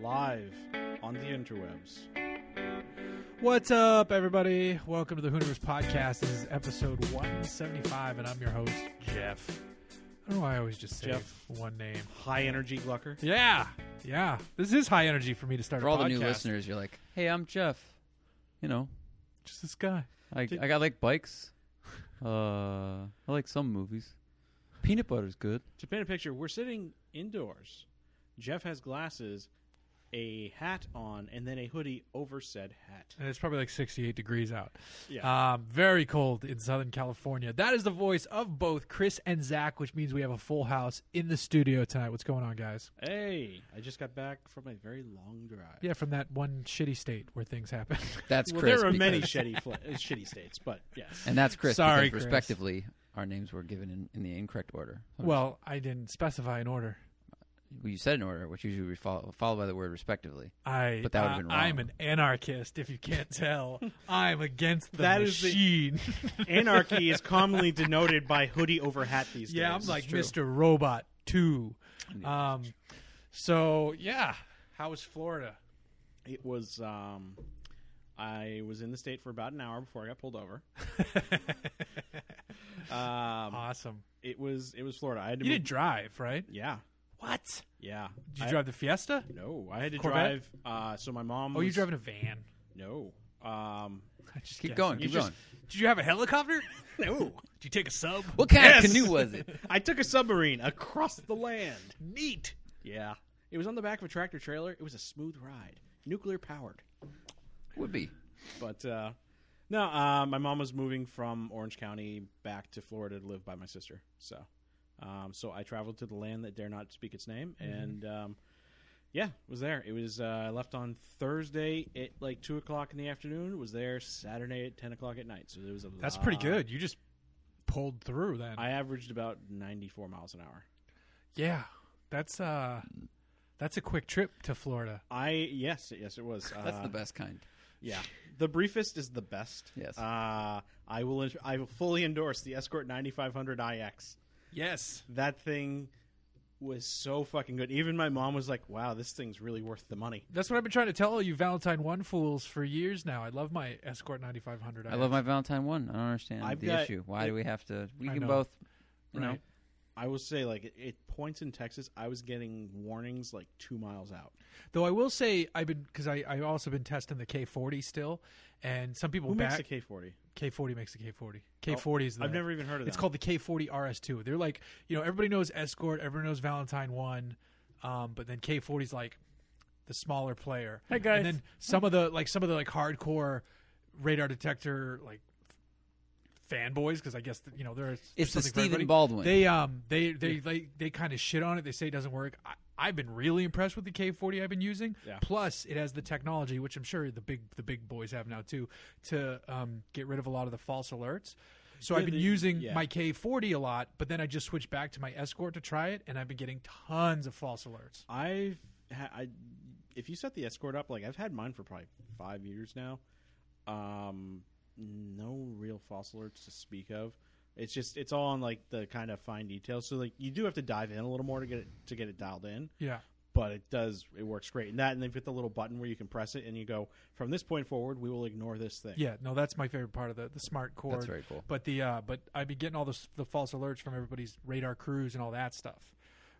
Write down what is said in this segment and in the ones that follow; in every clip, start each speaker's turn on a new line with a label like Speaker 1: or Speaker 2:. Speaker 1: live on the interwebs.
Speaker 2: What's up, everybody? Welcome to the Hooniverse Podcast. This is episode 175, and I'm your host, Jeff. I don't know why I always just say
Speaker 1: Jeff.
Speaker 2: one name.
Speaker 1: High energy Glucker.
Speaker 2: Yeah, yeah. This is high energy for me to start
Speaker 3: For
Speaker 2: a
Speaker 3: all the new
Speaker 2: podcast.
Speaker 3: listeners, you're like, hey, I'm Jeff. You know,
Speaker 2: Just this guy.
Speaker 3: I,
Speaker 1: Did-
Speaker 3: I got like bikes. Uh, I like some movies. Peanut butter's good.
Speaker 1: To paint a picture, we're sitting indoors. Jeff has glasses, a hat on, and then a hoodie over said hat. Uh,
Speaker 2: And it's probably like 68 degrees out.
Speaker 1: Yeah.
Speaker 2: Um, very cold in Southern California. That is the voice of both Chris and Zach, which means we have a full house in the studio tonight. What's going on, guys?
Speaker 1: Hey, I just got back from a very long drive.
Speaker 2: Uh, Yeah, from that one shitty state where things happen.
Speaker 3: That's
Speaker 1: well,
Speaker 3: Chris.
Speaker 1: there are many
Speaker 3: because-
Speaker 1: shitty, fla- uh, shitty states, but yes.
Speaker 3: and that's Chris.
Speaker 2: Sorry,
Speaker 3: because
Speaker 2: Chris.
Speaker 3: respectively, our names were given in, in the incorrect order.
Speaker 2: well, I didn't specify an order.
Speaker 3: Well, you said an order, which usually we follow, followed by the word respectively.
Speaker 2: I,
Speaker 3: But that would've been
Speaker 2: I- I'm
Speaker 3: wrong.
Speaker 2: an anarchist. If you can't tell, I'm against the
Speaker 1: That is the-
Speaker 2: machine.
Speaker 1: Anarchy is commonly denoted by hoodie over hat these days.
Speaker 2: yeah, I'm like
Speaker 3: true.
Speaker 2: Mr. Robot Two. Um, so yeah, how was Florida?
Speaker 1: It was. Um, I was in the state for about an hour before I got pulled over. um,
Speaker 2: Awesome.
Speaker 1: it was. It was Florida. I had to.
Speaker 2: You
Speaker 1: move-
Speaker 2: didn't drive, right?
Speaker 1: yeah,
Speaker 2: What?
Speaker 1: yeah.
Speaker 2: Did you
Speaker 1: I-
Speaker 2: drive the Fiesta?
Speaker 1: No, I had to
Speaker 2: Corvette?
Speaker 1: drive. Uh, so my mom.
Speaker 2: Oh, you
Speaker 1: was-
Speaker 2: driving a van?
Speaker 1: No. Um,
Speaker 2: I just
Speaker 3: Keep
Speaker 2: guessed.
Speaker 3: going,
Speaker 1: you
Speaker 3: keep
Speaker 1: just-
Speaker 3: going.
Speaker 2: Did you have a helicopter?
Speaker 1: no.
Speaker 2: Did you take a sub?
Speaker 3: What kind
Speaker 1: Yes!
Speaker 3: of canoe was it?
Speaker 1: I took a submarine across the land.
Speaker 2: Neat.
Speaker 1: Yeah. It was on the back of a tractor trailer. It was a smooth ride, nuclear powered.
Speaker 3: Would be.
Speaker 1: But uh, no, uh, my mom was moving from Orange County back to Florida to live by my sister. So, um, so I traveled to the land that dare not speak its name,
Speaker 2: Mm-hmm.
Speaker 1: and um, yeah, was there. It was uh, I left on Thursday at like two o'clock in the afternoon. Was there Saturday at ten o'clock at night. So there was a.
Speaker 2: That's pretty
Speaker 1: lot.
Speaker 2: good. You just pulled through then.
Speaker 1: uh, I averaged about ninety four miles an hour.
Speaker 2: yeah, that's uh, that's a quick trip to Florida.
Speaker 1: I yes yes it was.
Speaker 3: That's
Speaker 1: uh,
Speaker 3: the best kind.
Speaker 1: Yeah, the briefest is the best.
Speaker 3: Yes.
Speaker 1: Uh, I will. I will fully endorse the Escort 9500 IX.
Speaker 2: Yes.
Speaker 1: That thing was so fucking good. Even my mom was like, "Wow, this thing's really worth the money."
Speaker 2: That's what I've been trying to tell all you Valentine One fools for years now. I love my Escort 9500.
Speaker 3: I love my Valentine one. I don't understand
Speaker 1: I've
Speaker 3: the
Speaker 1: got-
Speaker 3: issue. Why do we have to? We
Speaker 2: I
Speaker 3: can
Speaker 2: know.
Speaker 3: both. You know,
Speaker 2: Right.
Speaker 1: I will say, like, it, it points in Texas. I was getting warnings like two miles out.
Speaker 2: Though I will say I've been because I I also been testing the K40 still, and some people
Speaker 1: Who makes
Speaker 2: back
Speaker 1: the K forty?
Speaker 2: K40 makes the K40. K40 is the
Speaker 1: I've never even heard of.
Speaker 2: It's
Speaker 1: them.
Speaker 2: called the K40 RS2. They're like you know everybody knows Escort, everyone knows Valentine One, um, but then K40's like the smaller player. Hey
Speaker 4: guys.
Speaker 2: And then some of the like some of the like hardcore radar detector like f- fanboys because I guess you know there's
Speaker 3: it's the
Speaker 2: something for everybody.
Speaker 3: Stephen Baldwin.
Speaker 2: They um they they they, they kind of shit on it. They say it doesn't work. I, I've been really impressed with the K40 I've been using.
Speaker 1: Yeah.
Speaker 2: Plus, it has the technology, which I'm sure the big the big boys have now too, to um, get rid of a lot of the false alerts. So I've
Speaker 1: Yeah,
Speaker 2: been
Speaker 1: the-
Speaker 2: using
Speaker 1: yeah.
Speaker 2: my K40 a lot, but then I just switched back to my Escort to try it, and I've been getting tons of false alerts.
Speaker 1: I've ha- I, if you set the escort up, like I've had mine for probably five years now. Um, no real false alerts to speak of. It's just it's all on like the kind of fine details. So like you do have to dive in a little more to get it to get it dialed in,
Speaker 2: Yeah,
Speaker 1: but it does it works great. And that and they've got the little button where you can press it and you go from this point forward we will ignore this thing.
Speaker 2: yeah. No, that's my favorite part of the the smart cord.
Speaker 3: That's very cool.
Speaker 2: But the uh, but I've been getting all this, the false alerts from everybody's radar crews and all that stuff,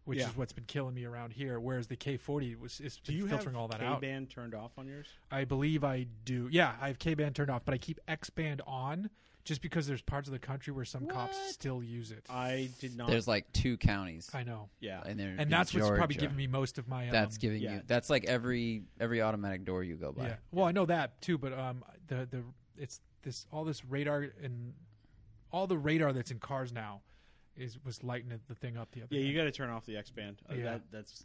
Speaker 2: which
Speaker 1: Yeah.
Speaker 2: is what's been killing me around here. Whereas the K40 was is
Speaker 1: Do you
Speaker 2: filtering
Speaker 1: have
Speaker 2: all that out.
Speaker 1: K-band turned off on yours?
Speaker 2: I believe I do. Yeah, I have K band turned off, but I keep X band on just because there's parts of the country where some cops still use it.
Speaker 1: I did not.
Speaker 3: There's like two counties,
Speaker 2: I know,
Speaker 1: yeah.
Speaker 3: and they're in
Speaker 2: and that's what's probably
Speaker 3: Georgia.
Speaker 2: giving me most of my. Um,
Speaker 3: That's giving
Speaker 1: yeah.
Speaker 3: you. That's like every every automatic door you go by.
Speaker 2: yeah. Well, I know that too, but um, the the it's this all this radar and all the radar that's in cars now is was lighting the thing up the other
Speaker 1: yeah,
Speaker 2: day.
Speaker 1: you got to turn off the X-band. Uh,
Speaker 2: Yeah.
Speaker 1: that, that's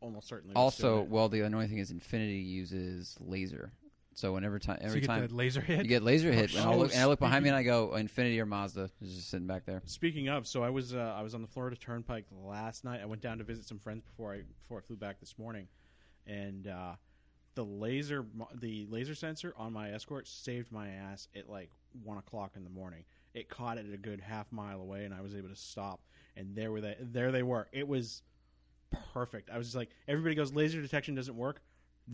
Speaker 1: almost certainly what's doing
Speaker 3: Also,
Speaker 1: it.
Speaker 3: well, the annoying thing is Infinity uses laser. So whenever time
Speaker 2: so
Speaker 3: every
Speaker 2: you get
Speaker 3: time
Speaker 2: the laser hit.
Speaker 3: you get laser hit, Oh, and, I'll
Speaker 1: shit.
Speaker 3: look, and I look behind me and I go Infinity or Mazda is just sitting back there.
Speaker 1: Speaking of, so I was uh, I was on the Florida Turnpike last night. I went down to visit some friends before I before I flew back this morning, and uh, the laser mo- the laser sensor on my Escort saved my ass at like one o'clock in the morning. It caught it a good half mile away, and I was able to stop. And there were they there they were. It was perfect. I was just like, everybody goes laser detection doesn't work.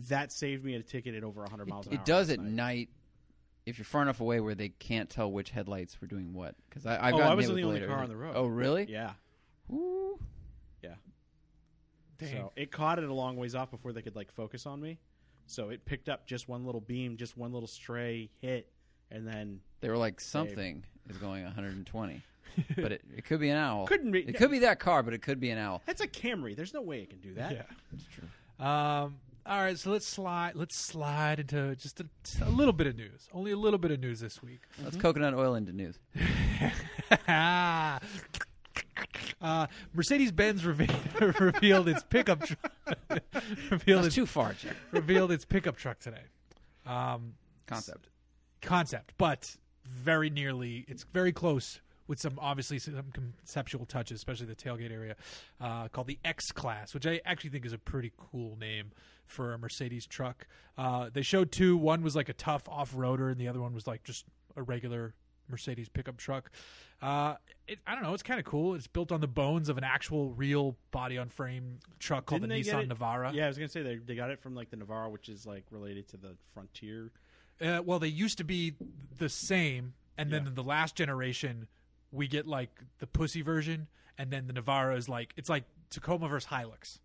Speaker 1: That saved me a ticket at over 100 miles an
Speaker 3: It,
Speaker 1: hour.
Speaker 3: it does
Speaker 1: last
Speaker 3: at night. if you're far enough away where they can't tell which headlights were doing what. Because I I've
Speaker 1: Oh, I
Speaker 3: gotten
Speaker 1: was
Speaker 3: hit
Speaker 1: the
Speaker 3: with
Speaker 1: only
Speaker 3: later.
Speaker 1: car on the road.
Speaker 3: Oh, really?
Speaker 1: Yeah.
Speaker 3: Ooh.
Speaker 2: Dang.
Speaker 1: So it caught it a long ways off before they could like focus on me. So it picked up just one little beam, just one little stray hit, and then
Speaker 3: They were like something is going 120, but it, it could be an owl.
Speaker 1: couldn't read.
Speaker 3: It could be that car, but it could be an owl.
Speaker 1: That's a Camry. There's no way it can do that.
Speaker 2: yeah.
Speaker 3: That's true.
Speaker 2: Um, all right, so let's slide. Let's slide into just a, a little bit of news. Only a little bit of news this week.
Speaker 3: That's coconut oil into news.
Speaker 2: uh, Mercedes-Benz reve- revealed its pickup truck. revealed,
Speaker 3: That's
Speaker 2: its,
Speaker 3: too far, Jack.
Speaker 2: revealed its pickup truck today. Um,
Speaker 3: Concept.
Speaker 2: concept, but very nearly. It's very close with some obviously some conceptual touches, especially the tailgate area, uh, called the X Class, which I actually think is a pretty cool name for a Mercedes truck. Uh, they showed two. One was like a tough off roader, and the other one was like just a regular Mercedes pickup truck. Uh, it, I don't know. It's kind of cool. It's built on the bones of an actual, real body on frame truck called
Speaker 1: Didn't
Speaker 2: the
Speaker 1: they get
Speaker 2: Nissan
Speaker 1: it-
Speaker 2: Navara.
Speaker 1: Yeah, I was gonna say they they got it from like the Navara, which is like related to the Frontier.
Speaker 2: uh, well they used to be the same and then
Speaker 1: Yeah.
Speaker 2: in the last generation we get like the pussy version and then the Navara is like it's like Tacoma versus Hilux.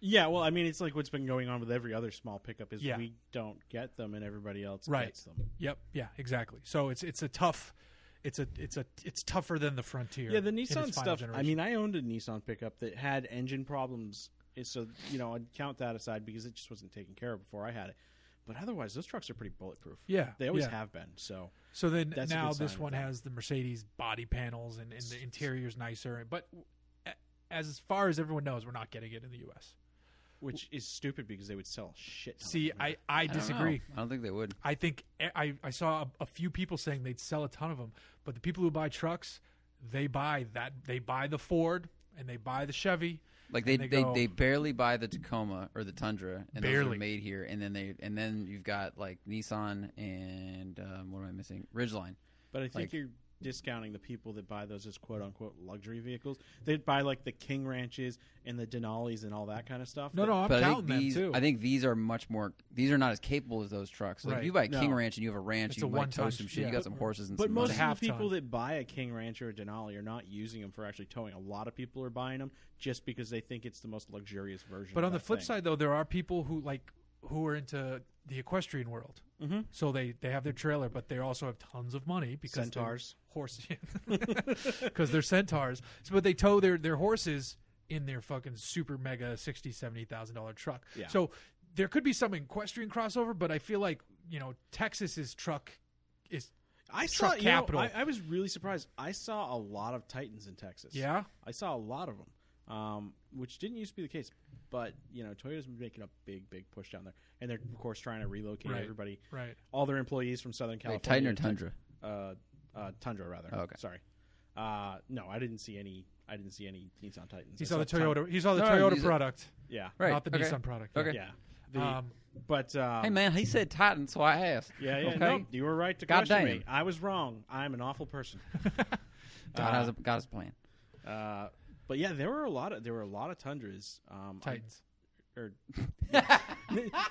Speaker 1: Yeah, well, I mean, it's like what's been going on with every other small pickup is
Speaker 2: Yeah.
Speaker 1: we don't get them and everybody else
Speaker 2: Right.
Speaker 1: gets them.
Speaker 2: Yep, yeah, exactly. So it's it's a tough it's a it's a it's tougher than the Frontier.
Speaker 1: Yeah, the
Speaker 2: in its
Speaker 1: Nissan
Speaker 2: final
Speaker 1: stuff. I
Speaker 2: generation.
Speaker 1: mean, I owned a Nissan pickup that had engine problems, and so you know I'd count that aside because it just wasn't taken care of before I had it. But otherwise, those trucks are pretty bulletproof.
Speaker 2: Yeah,
Speaker 1: they always
Speaker 2: yeah.
Speaker 1: have been. So
Speaker 2: So then
Speaker 1: That's a
Speaker 2: now
Speaker 1: good sign
Speaker 2: this
Speaker 1: of
Speaker 2: one
Speaker 1: that.
Speaker 2: has the Mercedes body panels and, and the interior's nicer. But a- as far as everyone knows, we're not getting it in the U.S.
Speaker 1: which is stupid because they would sell a shit. ton of
Speaker 2: See,
Speaker 1: them.
Speaker 2: I, I
Speaker 3: I don't know.
Speaker 2: disagree.
Speaker 3: I don't think they would.
Speaker 2: I think I, I saw a, a few people saying they'd sell a ton of them, but the people who buy trucks, they buy that they buy the Ford and they buy the Chevy.
Speaker 3: Like they
Speaker 2: And
Speaker 3: they,
Speaker 2: they
Speaker 3: they,
Speaker 2: go-
Speaker 3: barely buy the Tacoma or the Tundra, and those
Speaker 2: Barely.
Speaker 3: are made here. And then they and then you've got like Nissan and um, what am I missing? Ridgeline.
Speaker 1: but I think
Speaker 3: like-
Speaker 1: you're discounting the people that buy those as quote unquote luxury vehicles. They buy like the King Ranches and the Denali's and all that kind of stuff.
Speaker 2: No, no, I'm
Speaker 3: but I
Speaker 2: counting
Speaker 3: think
Speaker 2: them
Speaker 3: these
Speaker 2: too.
Speaker 3: I think these are much more. These are not as capable as those trucks. Like
Speaker 2: Right.
Speaker 3: if you buy a King
Speaker 1: No.
Speaker 3: Ranch and you have a ranch,
Speaker 2: It's
Speaker 3: you
Speaker 2: a
Speaker 3: might
Speaker 2: one-ton
Speaker 3: tow some
Speaker 2: sh-
Speaker 3: shit.
Speaker 2: yeah.
Speaker 3: You got some horses and
Speaker 1: But
Speaker 3: some
Speaker 1: most
Speaker 3: money.
Speaker 2: Half
Speaker 1: of the people
Speaker 2: ton.
Speaker 1: that buy a King Ranch or a Denali are not using them for actually towing. A lot of people are buying them just because they think it's the most luxurious version.
Speaker 2: But
Speaker 1: of
Speaker 2: on the
Speaker 1: that
Speaker 2: flip
Speaker 1: thing.
Speaker 2: side, though, there are people who like who are into the equestrian world.
Speaker 3: Mm-hmm.
Speaker 1: Mhm.
Speaker 2: So they they have their trailer, but they also have tons of money because they're
Speaker 1: Centaurs.
Speaker 2: horses, because they're centaurs. So, but they tow their their horses in their fucking super mega sixty seventy thousand dollar truck.
Speaker 1: Yeah.
Speaker 2: So there could be some equestrian crossover, but I feel like you know Texas's truck is
Speaker 1: I saw
Speaker 2: truck
Speaker 1: you know,
Speaker 2: capital.
Speaker 1: I, I was really surprised. I saw a lot of Titans in Texas.
Speaker 2: yeah
Speaker 1: I saw a lot of them, um, which didn't used to be the case. But you know, Toyota's been making a big, big push down there, and they're of course trying to relocate
Speaker 2: Right.
Speaker 1: everybody,
Speaker 2: right.
Speaker 1: all their employees from Southern
Speaker 3: Wait,
Speaker 1: California.
Speaker 3: Titan or
Speaker 1: to-
Speaker 3: Tundra?
Speaker 1: uh, uh, Tundra rather.
Speaker 3: Oh, okay.
Speaker 1: Sorry. Uh, no, I didn't see any. I didn't see any Nissan Titans.
Speaker 2: He
Speaker 1: I
Speaker 2: saw the
Speaker 1: Tun-
Speaker 2: Toyota. He saw the
Speaker 3: No,
Speaker 2: Toyota
Speaker 3: he's a-
Speaker 2: product,
Speaker 1: Yeah.
Speaker 3: Right.
Speaker 2: not the
Speaker 3: okay.
Speaker 2: Nissan product.
Speaker 3: Okay.
Speaker 1: Yeah. The-
Speaker 2: Um,
Speaker 1: but um,
Speaker 3: Hey man, he said Titan, so I asked.
Speaker 1: Yeah, yeah.
Speaker 3: Okay.
Speaker 1: Nope, you were right to
Speaker 3: God
Speaker 1: question
Speaker 3: damn.
Speaker 1: me. I was wrong. I'm an awful person.
Speaker 3: God has a, God has a plan.
Speaker 1: Uh, but yeah, there were a lot of there were a lot of tundras. Um, I-
Speaker 2: Titans.
Speaker 1: or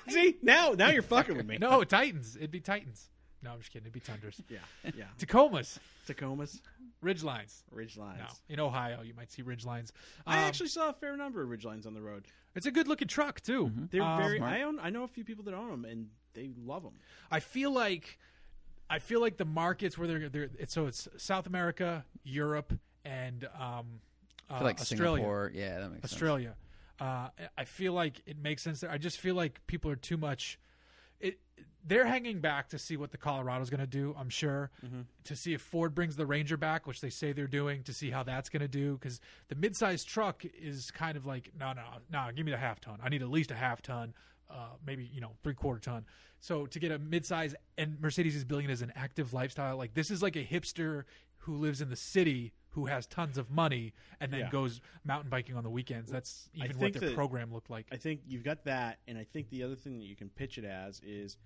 Speaker 1: see now now you're fucking with me.
Speaker 2: No, Titans. It'd be Titans. No, I'm just kidding. It'd be Tundras.
Speaker 1: Yeah, yeah.
Speaker 2: Tacomas,
Speaker 1: Tacomas,
Speaker 2: Ridgelines.
Speaker 1: ridgelines.
Speaker 2: No, in Ohio you might see Ridgelines.
Speaker 1: I
Speaker 2: Um,
Speaker 1: actually saw a fair number of ridgelines on the road.
Speaker 2: it's a good looking truck too.
Speaker 3: Mm-hmm.
Speaker 1: They're
Speaker 2: Um,
Speaker 1: very.
Speaker 3: Smart.
Speaker 1: I own. I know a few people that own them, and they love them.
Speaker 2: I feel like, I feel like the markets where they're, they're it's, so it's South America, Europe, and um,
Speaker 3: I
Speaker 2: uh,
Speaker 3: feel like
Speaker 2: Australia.
Speaker 3: Singapore. Yeah, that makes
Speaker 2: Australia. Uh, I feel like it makes sense. There. I just feel like people are too much. It they're hanging back to see what the Colorado's going to do. I'm sure
Speaker 1: Mm-hmm.
Speaker 2: to see if Ford brings the Ranger back, which they say they're doing, to see how that's going to do. Because the midsize truck is kind of like no, no, no. Give me the half ton. I need at least a half ton, uh, maybe you know three quarter ton. So to get a midsize and Mercedes is billing it as an active lifestyle. Like this is like a hipster who lives in the city who has tons of money and then
Speaker 1: Yeah.
Speaker 2: goes mountain biking on the weekends. That's
Speaker 1: I
Speaker 2: even what
Speaker 1: think
Speaker 2: their
Speaker 1: that-
Speaker 2: program looked like.
Speaker 1: I think you've got that, and I think the other thing that you can pitch it as is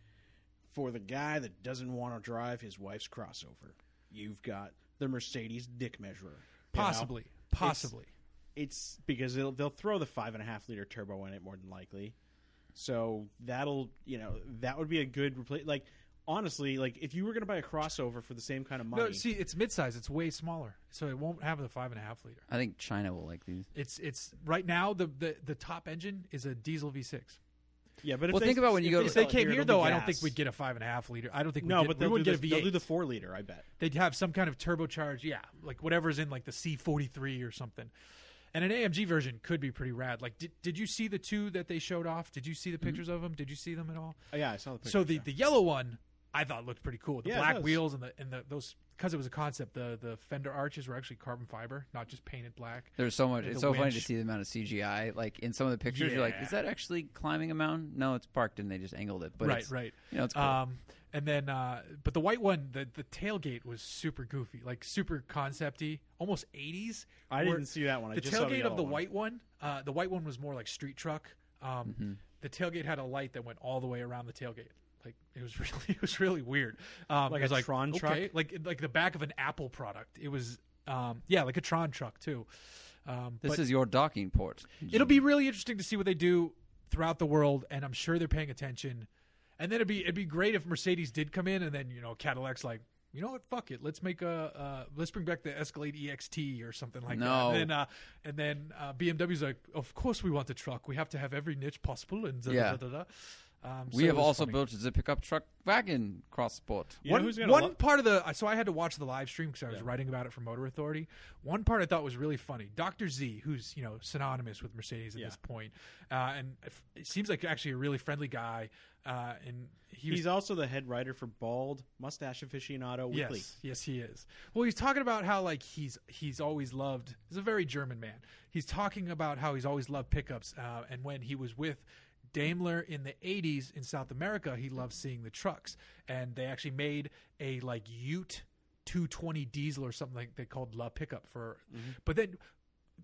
Speaker 1: for the guy that doesn't want to drive his wife's crossover. You've got the Mercedes dick measurer, you know?
Speaker 2: possibly, possibly.
Speaker 1: It's because it'll, they'll throw the five and a half liter turbo in it more than likely. So that'll you know that would be a good replace. Like honestly, like if you were going to buy a crossover for the same kind of money,
Speaker 2: No, see, it's midsize. It's way smaller, so it won't have the five and a half liter.
Speaker 3: I think China will like these.
Speaker 2: It's it's right now the the, the top engine is a diesel V6.
Speaker 1: yeah. But if
Speaker 3: Well,
Speaker 1: they,
Speaker 3: think about when you
Speaker 1: if
Speaker 3: go to-
Speaker 2: If
Speaker 1: sell
Speaker 2: they
Speaker 1: it
Speaker 2: came
Speaker 1: here,
Speaker 2: here
Speaker 1: it'll be
Speaker 2: though, I don't
Speaker 1: gas.
Speaker 2: think we'd get a five and a half liter. I don't think
Speaker 1: No,
Speaker 2: we'd get,
Speaker 1: but they'll,
Speaker 2: we would
Speaker 1: do
Speaker 2: get
Speaker 1: the,
Speaker 2: a
Speaker 1: they'll do
Speaker 2: V8.
Speaker 1: the four liter. I bet.
Speaker 2: They'd have some kind of turbocharged, yeah, like whatever's in like the C43 or something. And an AMG version could be pretty rad. Like, did, did you see the two that they showed off? Did you see the pictures of them? Did you see them at all?
Speaker 1: Oh, yeah, I saw the picture.
Speaker 2: so the, the yellow one I thought looked pretty cool. The
Speaker 1: Yeah, it
Speaker 2: black
Speaker 1: does.
Speaker 2: wheels and the and the those because it was a concept. The the fender arches were actually carbon fiber, not just painted black.
Speaker 3: There's so much.
Speaker 2: The
Speaker 3: It's so funny to
Speaker 2: winch.
Speaker 3: see the amount of CGI. Like in some of the pictures, you're like,
Speaker 2: Yeah.
Speaker 3: is that actually climbing a mountain? No, it's parked and they just angled it. But
Speaker 2: right,
Speaker 3: it's,
Speaker 2: right.
Speaker 3: You know, it's cool.
Speaker 2: Um, and then, uh, but the white one, the the tailgate was super goofy, like super concepty, almost eighties.
Speaker 1: I didn't see that one. I
Speaker 2: the
Speaker 1: just saw the
Speaker 2: tailgate
Speaker 1: yellow
Speaker 2: of the
Speaker 1: one.
Speaker 2: white one, uh, the white one was more like street truck. Um,
Speaker 3: Mm-hmm.
Speaker 2: The tailgate had a light that went all the way around the tailgate. Like it was really, it was really weird. Um,
Speaker 1: Like
Speaker 2: it was
Speaker 1: a
Speaker 2: like,
Speaker 1: Tron
Speaker 2: okay,
Speaker 1: truck?
Speaker 2: like like the back of an Apple product. It was, um, yeah, like a Tron truck too. Um,
Speaker 3: this
Speaker 2: but
Speaker 3: is your docking port.
Speaker 2: it'll be really interesting to see what they do throughout the world, and I'm sure they're paying attention. And then it'd be it'd be great if Mercedes did come in, and then you know Cadillac's like, you know what, fuck it, let's make a uh, let's bring back the Escalade EXT or something like
Speaker 3: No.
Speaker 2: that. And then uh, and then uh, BMW's like, of course we want the truck. We have to have every niche possible. And da, da, da,
Speaker 3: Yeah.
Speaker 2: da, da. Um,
Speaker 3: We
Speaker 2: so
Speaker 3: have
Speaker 2: it was
Speaker 3: also
Speaker 2: funny.
Speaker 3: built the pickup truck wagon cross sport.
Speaker 1: You know
Speaker 2: one,
Speaker 1: who's gonna
Speaker 2: one
Speaker 1: lo-
Speaker 2: part of the so I had to watch the live stream because I was
Speaker 1: Yeah.
Speaker 2: writing about it for Motor Authority. One part I thought was really funny. Doctor Z, who's you know synonymous with Mercedes at
Speaker 1: Yeah.
Speaker 2: this point, uh, and if- it seems like actually a really friendly guy. Uh, and he was
Speaker 1: He's also the head writer for Bald Mustache Aficionado Weekly.
Speaker 2: Yes, yes, he is. Well, he's talking about how like he's he's always loved. He's a very German man. He's talking about how he's always loved pickups, uh, and when he was with Daimler in the '80s in South America, he loved seeing the trucks, and they actually made a like Ute 220 diesel or something like they called La Pickup for. But then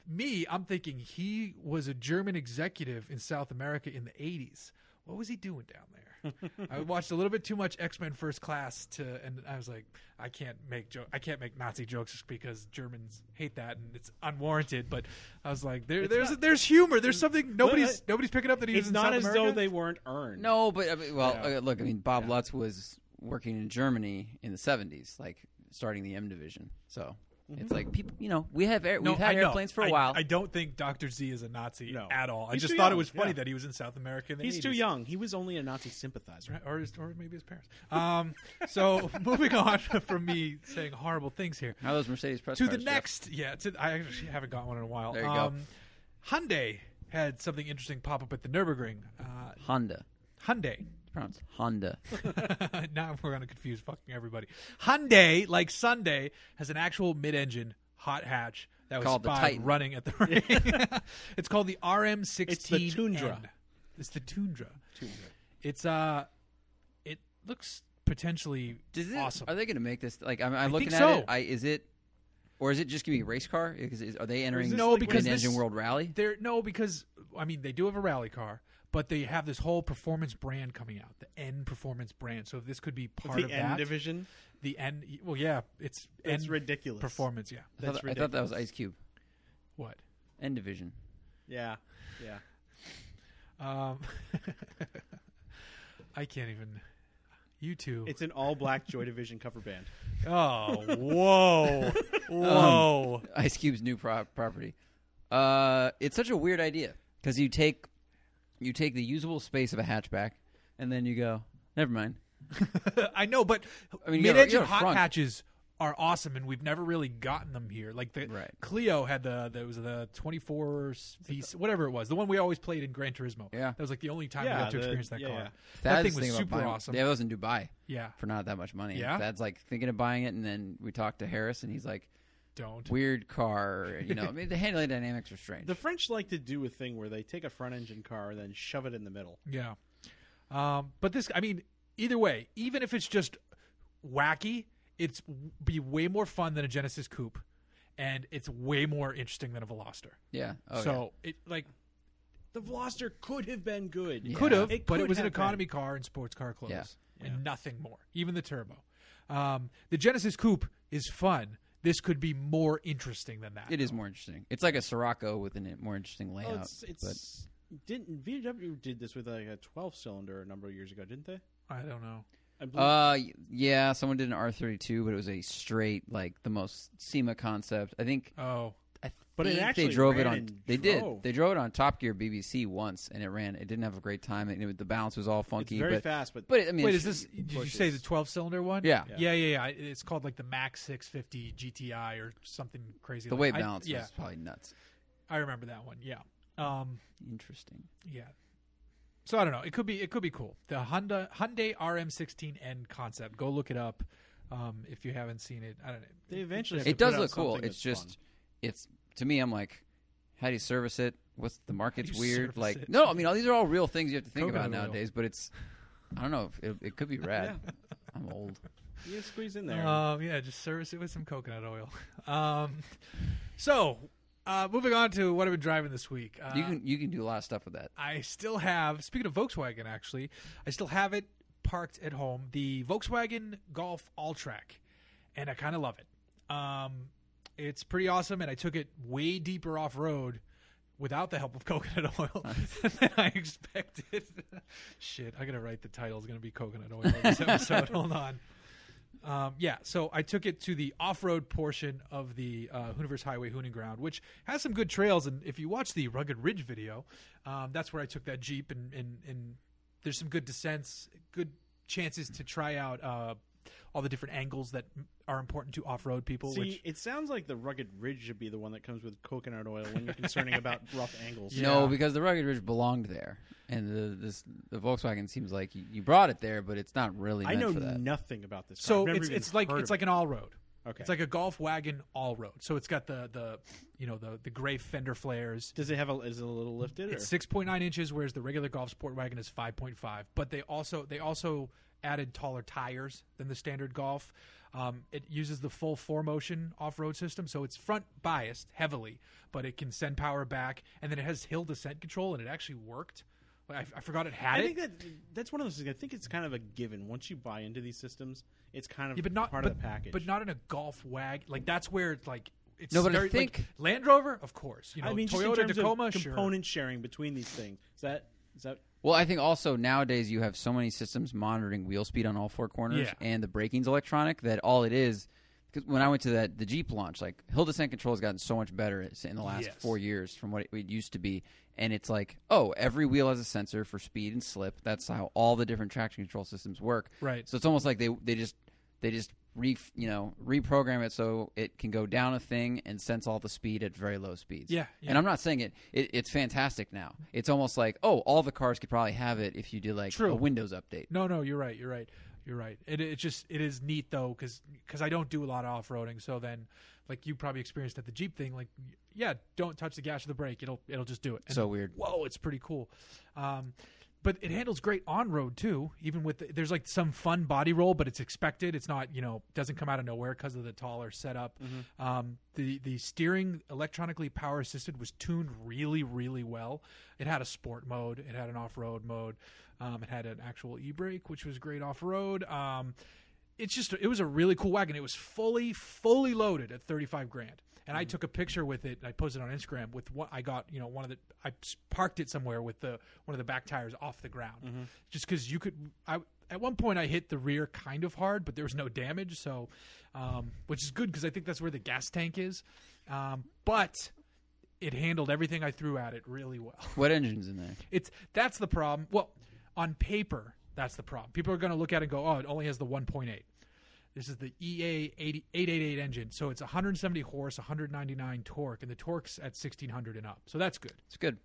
Speaker 2: me, I'm thinking he was a German executive in South America in the 80s. What was he doing down there? I watched a little bit too much X Men First Class to, and I was like, I can't make joke, I can't make Nazi jokes just because Germans hate that and it's unwarranted. But I was like, there, there's
Speaker 1: not-
Speaker 2: there's humor. There's something nobody's
Speaker 1: I-
Speaker 2: nobody's picking up that he was
Speaker 1: It's
Speaker 2: in
Speaker 1: not
Speaker 2: South
Speaker 1: as
Speaker 2: America.
Speaker 1: though they weren't earned.
Speaker 3: No, but I mean, well,
Speaker 1: Yeah.
Speaker 3: uh, look, I mean, Bob Lutz was working in Germany in the '70s, like starting the M division. So it's like people, you know, we have air,
Speaker 2: Mm-hmm. No,
Speaker 3: we've had
Speaker 2: I know.
Speaker 3: airplanes for a
Speaker 2: I-
Speaker 3: while.
Speaker 2: I, don't think Doctor Z is a Nazi
Speaker 1: No.
Speaker 2: at all. I
Speaker 1: He's
Speaker 2: just
Speaker 1: too
Speaker 2: thought it
Speaker 1: young.
Speaker 2: was funny
Speaker 1: Yeah.
Speaker 2: that he was in South America. In the
Speaker 1: he's too
Speaker 2: 80s.
Speaker 1: young. He was only a Nazi sympathizer.
Speaker 2: Right, or his, or maybe his parents. Um, so moving on from me saying horrible things here
Speaker 3: How are those Mercedes press
Speaker 2: to the
Speaker 3: cars, Jeff?
Speaker 2: next. Yeah, to, I actually haven't got one in a while. Um,
Speaker 3: There you go.
Speaker 2: Hyundai had something interesting pop up at the Nurburgring. Uh,
Speaker 3: Honda.
Speaker 2: Hyundai.
Speaker 3: It's pronounced Honda.
Speaker 2: now we're gonna confuse fucking everybody. Hyundai, like Sunday, has an actual mid-engine hot hatch that was
Speaker 3: Called the
Speaker 2: spotted
Speaker 3: Titan.
Speaker 2: running at the ring. it's called the RM16.
Speaker 1: It's the Tundra.
Speaker 2: It's the Tundra. It's uh, it looks potentially
Speaker 3: Does it,
Speaker 2: awesome.
Speaker 3: Are they going to make this? Like, I'm, I'm
Speaker 2: think
Speaker 3: looking at
Speaker 2: so.
Speaker 3: it. I, is it, or is it just going to be a race car? Is, is, are they entering
Speaker 2: this No, like because
Speaker 3: an engine
Speaker 2: this-
Speaker 3: world rally?
Speaker 2: They're no, because I mean they do have a rally car, but they have this whole performance brand coming out, the N performance brand. So this could be part
Speaker 1: The
Speaker 2: of
Speaker 1: end
Speaker 2: that.
Speaker 1: division.
Speaker 2: the N, well, yeah, it's
Speaker 1: That's
Speaker 2: N
Speaker 1: ridiculous.
Speaker 2: performance. Yeah,
Speaker 3: I thought-
Speaker 1: That's
Speaker 3: I thought that was
Speaker 1: ridiculous.
Speaker 3: Ice Cube.
Speaker 2: what?
Speaker 3: End division.
Speaker 1: Yeah, yeah.
Speaker 2: Um, I can't even. You two.
Speaker 1: It's an all-black Joy Division cover band.
Speaker 2: oh, whoa, whoa.
Speaker 3: Ice Cube's new pro- property. Uh, it's such a weird idea because you take you take the usable space of a hatchback, and then you go, never mind.
Speaker 2: I know, but
Speaker 3: I mean, you gotta- you
Speaker 2: mid-engine
Speaker 3: gotta
Speaker 2: hot
Speaker 3: front.
Speaker 2: hatches are awesome, and we've never really gotten them here. Like the
Speaker 3: Right.
Speaker 2: Clio had the that was the 24 V whatever it was, the one we always played in Gran Turismo.
Speaker 3: Yeah.
Speaker 2: that was like the only time we
Speaker 1: Yeah,
Speaker 2: got to
Speaker 1: the-
Speaker 2: experience that
Speaker 1: yeah,
Speaker 2: car.
Speaker 1: yeah.
Speaker 2: That
Speaker 3: Thad's
Speaker 2: thing was
Speaker 3: thinking about
Speaker 2: super
Speaker 3: buying-
Speaker 2: awesome.
Speaker 3: Yeah, that was in Dubai
Speaker 2: Yeah,
Speaker 3: for not that much money.
Speaker 2: Yeah?
Speaker 3: Thad's like thinking of buying it, and then we talked to Harris, and he's like,
Speaker 2: don't.
Speaker 3: weird car. You know, I mean, the handling dynamics are strange.
Speaker 1: The French like to do a thing where they take a front-engine car and then shove it in the middle.
Speaker 2: Yeah, um, but this, I mean, either way, even if it's just wacky, it's w- be way more fun than a Genesis Coupe, and it's way more interesting than a Veloster.
Speaker 3: yeah. Oh, yeah.
Speaker 2: so it like
Speaker 1: The Veloster could have been good.
Speaker 3: Yeah.
Speaker 2: Could have,
Speaker 1: It
Speaker 2: but
Speaker 1: could
Speaker 2: it was an
Speaker 1: have been.
Speaker 2: economy car and sports car clothes,
Speaker 3: Yeah.
Speaker 2: and nothing more. Even the turbo. Um, the Genesis Coupe is fun. This could be more interesting than that.
Speaker 3: It is more interesting. It's like a Sirocco with a more interesting
Speaker 1: Oh,
Speaker 3: layout.
Speaker 1: it's it's Didn't VW did this with like a 12 cylinder a number of years ago, didn't they?
Speaker 2: I don't know.
Speaker 1: I believe.
Speaker 3: Uh, y- yeah, someone did an R thirty two, but it was a straight like the most SEMA concept. I think.
Speaker 2: Oh,
Speaker 3: I
Speaker 1: But it
Speaker 3: think
Speaker 1: actually
Speaker 3: they drove
Speaker 1: ran
Speaker 3: it on.
Speaker 1: and
Speaker 3: They
Speaker 1: drove.
Speaker 3: did. They drove it on Top Gear BBC once, and it ran. It didn't have a great time, and it, the balance was all
Speaker 1: it's
Speaker 3: funky.
Speaker 1: very
Speaker 3: but
Speaker 1: fast, but
Speaker 3: but it, I mean,
Speaker 2: wait, is
Speaker 3: it's-
Speaker 2: this? Did you say the
Speaker 1: pushes.
Speaker 2: 12 cylinder one?
Speaker 3: Yeah.
Speaker 1: Yeah.
Speaker 2: yeah, yeah, yeah. I- It's called like the Max 650 GTI or something crazy.
Speaker 3: the
Speaker 2: like-
Speaker 3: weight
Speaker 2: I-
Speaker 3: balance
Speaker 2: yeah,
Speaker 3: was probably nuts.
Speaker 2: I remember that one. Yeah. Um.
Speaker 3: Interesting.
Speaker 2: Yeah. So I don't know. It could be. It could be cool. The Honda Hyundai RM16N concept. Go look it up. Um, if you haven't seen it, I don't know.
Speaker 1: they eventually have
Speaker 3: It
Speaker 1: to put
Speaker 3: does
Speaker 1: out
Speaker 3: look cool.
Speaker 1: something
Speaker 3: It's
Speaker 1: that's
Speaker 3: just,
Speaker 1: fun.
Speaker 3: it's to me, I'm like, how do you service it? What's the market's
Speaker 2: you
Speaker 3: weird?
Speaker 2: service
Speaker 3: Like,
Speaker 2: it?
Speaker 3: no, I mean, all these are all real things you have to think
Speaker 2: Coconut
Speaker 3: about
Speaker 2: oil.
Speaker 3: nowadays. But it's, I don't know. It, it could be rad. I'm old.
Speaker 1: you can squeeze in there.
Speaker 2: Um, yeah, just service it with some coconut oil. Um, so uh, moving on to what I've been driving this week. Uh,
Speaker 3: You can you can do a lot of stuff with that.
Speaker 2: I still have. Speaking of Volkswagen, actually, I still have it parked at home. The Volkswagen Golf All Track, and I kind of love it. Um, it's pretty awesome, and I took it way deeper off road without the help of coconut oil than I expected. Shit, I gotta write the title. It's gonna be coconut oil of this episode. Hold on. Um, yeah, so I took it to the off-road portion of the uh, Hooniverse Highway Hooning Ground, which has some good trails. And if you watch the Rugged Ridge video, um, that's where I took that Jeep, and, and, and there's some good descents, good chances to try out uh, all the different angles that are important to off-road people.
Speaker 1: See,
Speaker 2: which,
Speaker 1: it sounds like the rugged ridge should be the one that comes with coconut oil when you're concerning about rough angles.
Speaker 3: No,
Speaker 2: Yeah.
Speaker 3: because the rugged ridge belonged there, and the this the Volkswagen seems like you, you brought it there, but it's not really.
Speaker 1: I
Speaker 3: meant
Speaker 1: know
Speaker 3: for that.
Speaker 1: nothing about this. car. I've
Speaker 2: so
Speaker 1: never
Speaker 2: it's
Speaker 1: even
Speaker 2: it's like
Speaker 1: heard
Speaker 2: it's
Speaker 1: of
Speaker 2: like an all-road.
Speaker 1: it. okay.
Speaker 2: It's like a golf wagon all-road. So it's got the the you know the the gray fender flares.
Speaker 1: does it have a is it a little lifted?
Speaker 2: It's
Speaker 1: or?
Speaker 2: six point nine inches, whereas the regular golf sport wagon is five point five. But they also they also added taller tires than the standard golf. Um, it uses the full four motion off road system, so it's front biased heavily, but it can send power back, and then it has hill descent control, and it actually worked. Like, I, I forgot it had
Speaker 1: I
Speaker 2: it.
Speaker 1: think that that's one of those things. I think it's kind of a given. Once you buy into these systems, it's kind of
Speaker 2: Yeah, but not
Speaker 1: part
Speaker 2: but,
Speaker 1: of the package.
Speaker 2: But not in a golf wag. Like that's where it's like it's
Speaker 3: No, but I
Speaker 2: very, like,
Speaker 3: think-
Speaker 2: Land Rover, of course. You know,
Speaker 1: I mean, just in
Speaker 2: Toyota
Speaker 1: terms
Speaker 2: Tacoma,
Speaker 1: of
Speaker 2: sure.
Speaker 1: component sharing between these things. Is that is that
Speaker 3: Well, I think also nowadays you have so many systems monitoring wheel speed on all four corners,
Speaker 2: Yeah.
Speaker 3: and the braking's electronic that all it is. Because when I went to that the Jeep launch, like hill descent control has gotten so much better it's in the last
Speaker 2: Yes.
Speaker 3: four years from what it, it used to be, and it's like oh, every wheel has a sensor for speed and slip. That's how all the different traction control systems work.
Speaker 2: Right.
Speaker 3: So it's almost like they they just they just re you know reprogram it so it can go down a thing and sense all the speed at very low speeds.
Speaker 2: Yeah, yeah.
Speaker 3: And I'm not saying it, it. It's fantastic now. It's almost like oh, all the cars could probably have it if you did like
Speaker 2: True.
Speaker 3: a Windows update.
Speaker 2: No, no, you're right. You're right. You're right. It it just it is neat though because I don't do a lot of off roading. So then, like you probably experienced at the Jeep thing, like yeah, don't touch the gas or the brake. It'll it'll just do it. And
Speaker 3: So weird.
Speaker 2: Whoa, it's pretty cool. Um, but it handles great on road too. Even with the, there's like some fun body roll, but it's expected. It's not you know doesn't come out of nowhere because of the taller setup.
Speaker 3: Mm-hmm.
Speaker 2: Um, the the steering electronically power assisted was tuned really really well. It had a sport mode. It had an off road mode. Um, it had an actual e brake, which was great off road. Um, it's just it was a really cool wagon. It was fully fully loaded at thirty five grand, and I took a picture with it. And I posted it on Instagram with what I got. You know, one of the I s- parked it somewhere with the one of the back tires off the ground, just because you could. I at one point I hit the rear kind of hard, but there was no damage, so um, which is good because I think that's where the gas tank is. Um, but it handled everything I threw at it really well.
Speaker 3: What engines in there?
Speaker 2: It's that's the problem. Well, on paper, that's the problem. People are going to look at it and go, "Oh, it only has the 1.8." This is the E EA 80 888 engine, so it's 170 horse, 199 torque, and the torque's at 1600 and up. So that's good.
Speaker 3: It's good.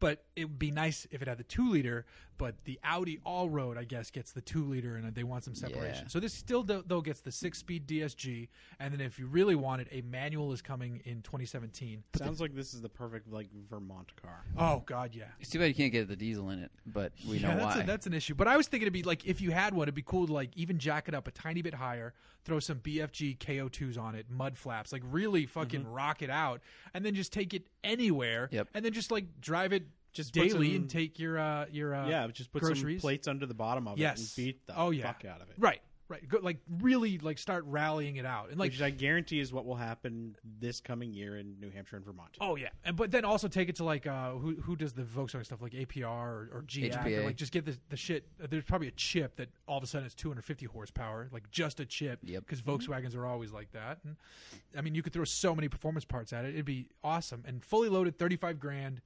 Speaker 2: But it would be nice if it had the two liter. But the Audi All Road, I guess, gets the two liter, and they want some separation.
Speaker 3: Yeah.
Speaker 2: So this still do- though gets the six speed DSG, and then if you really want it, a manual is coming in 2017.
Speaker 1: sounds like this is the perfect like Vermont car?
Speaker 2: Oh God, yeah.
Speaker 3: It's too bad you can't get the diesel in it, but we
Speaker 2: yeah,
Speaker 3: know
Speaker 2: that's,
Speaker 3: why.
Speaker 2: A, that's an issue. But I was thinking it'd be like if you had one, it'd be cool to like even jack it up a tiny bit higher, throw some BFG KO2s on it, mud flaps, like really fucking
Speaker 1: Mm-hmm.
Speaker 2: rock it out, and then just take it anywhere.
Speaker 3: Yep.
Speaker 2: And then just like drive it
Speaker 1: Just
Speaker 2: just
Speaker 1: put
Speaker 2: daily
Speaker 1: some-
Speaker 2: and take your uh your uh
Speaker 1: yeah, just put some
Speaker 2: groceries.
Speaker 1: plates under the bottom of it
Speaker 2: Yes.
Speaker 1: and beat the
Speaker 2: Oh, yeah.
Speaker 1: fuck out of it.
Speaker 2: Right, right go, like really like start rallying it out and like
Speaker 1: which I guarantee is what will happen this coming year in New Hampshire and Vermont.
Speaker 2: Oh yeah, and but then also take it to like uh, who who does the Volkswagen stuff like APR or, or GAC or
Speaker 3: HPA.
Speaker 2: like just get the the shit. There's probably a chip that all of a sudden it's 250 horsepower, like just a chip.
Speaker 3: Yep.
Speaker 2: Because Volkswagens are always like that. And I mean, you could throw so many performance parts at it; it'd be awesome. And fully loaded, 35 grand.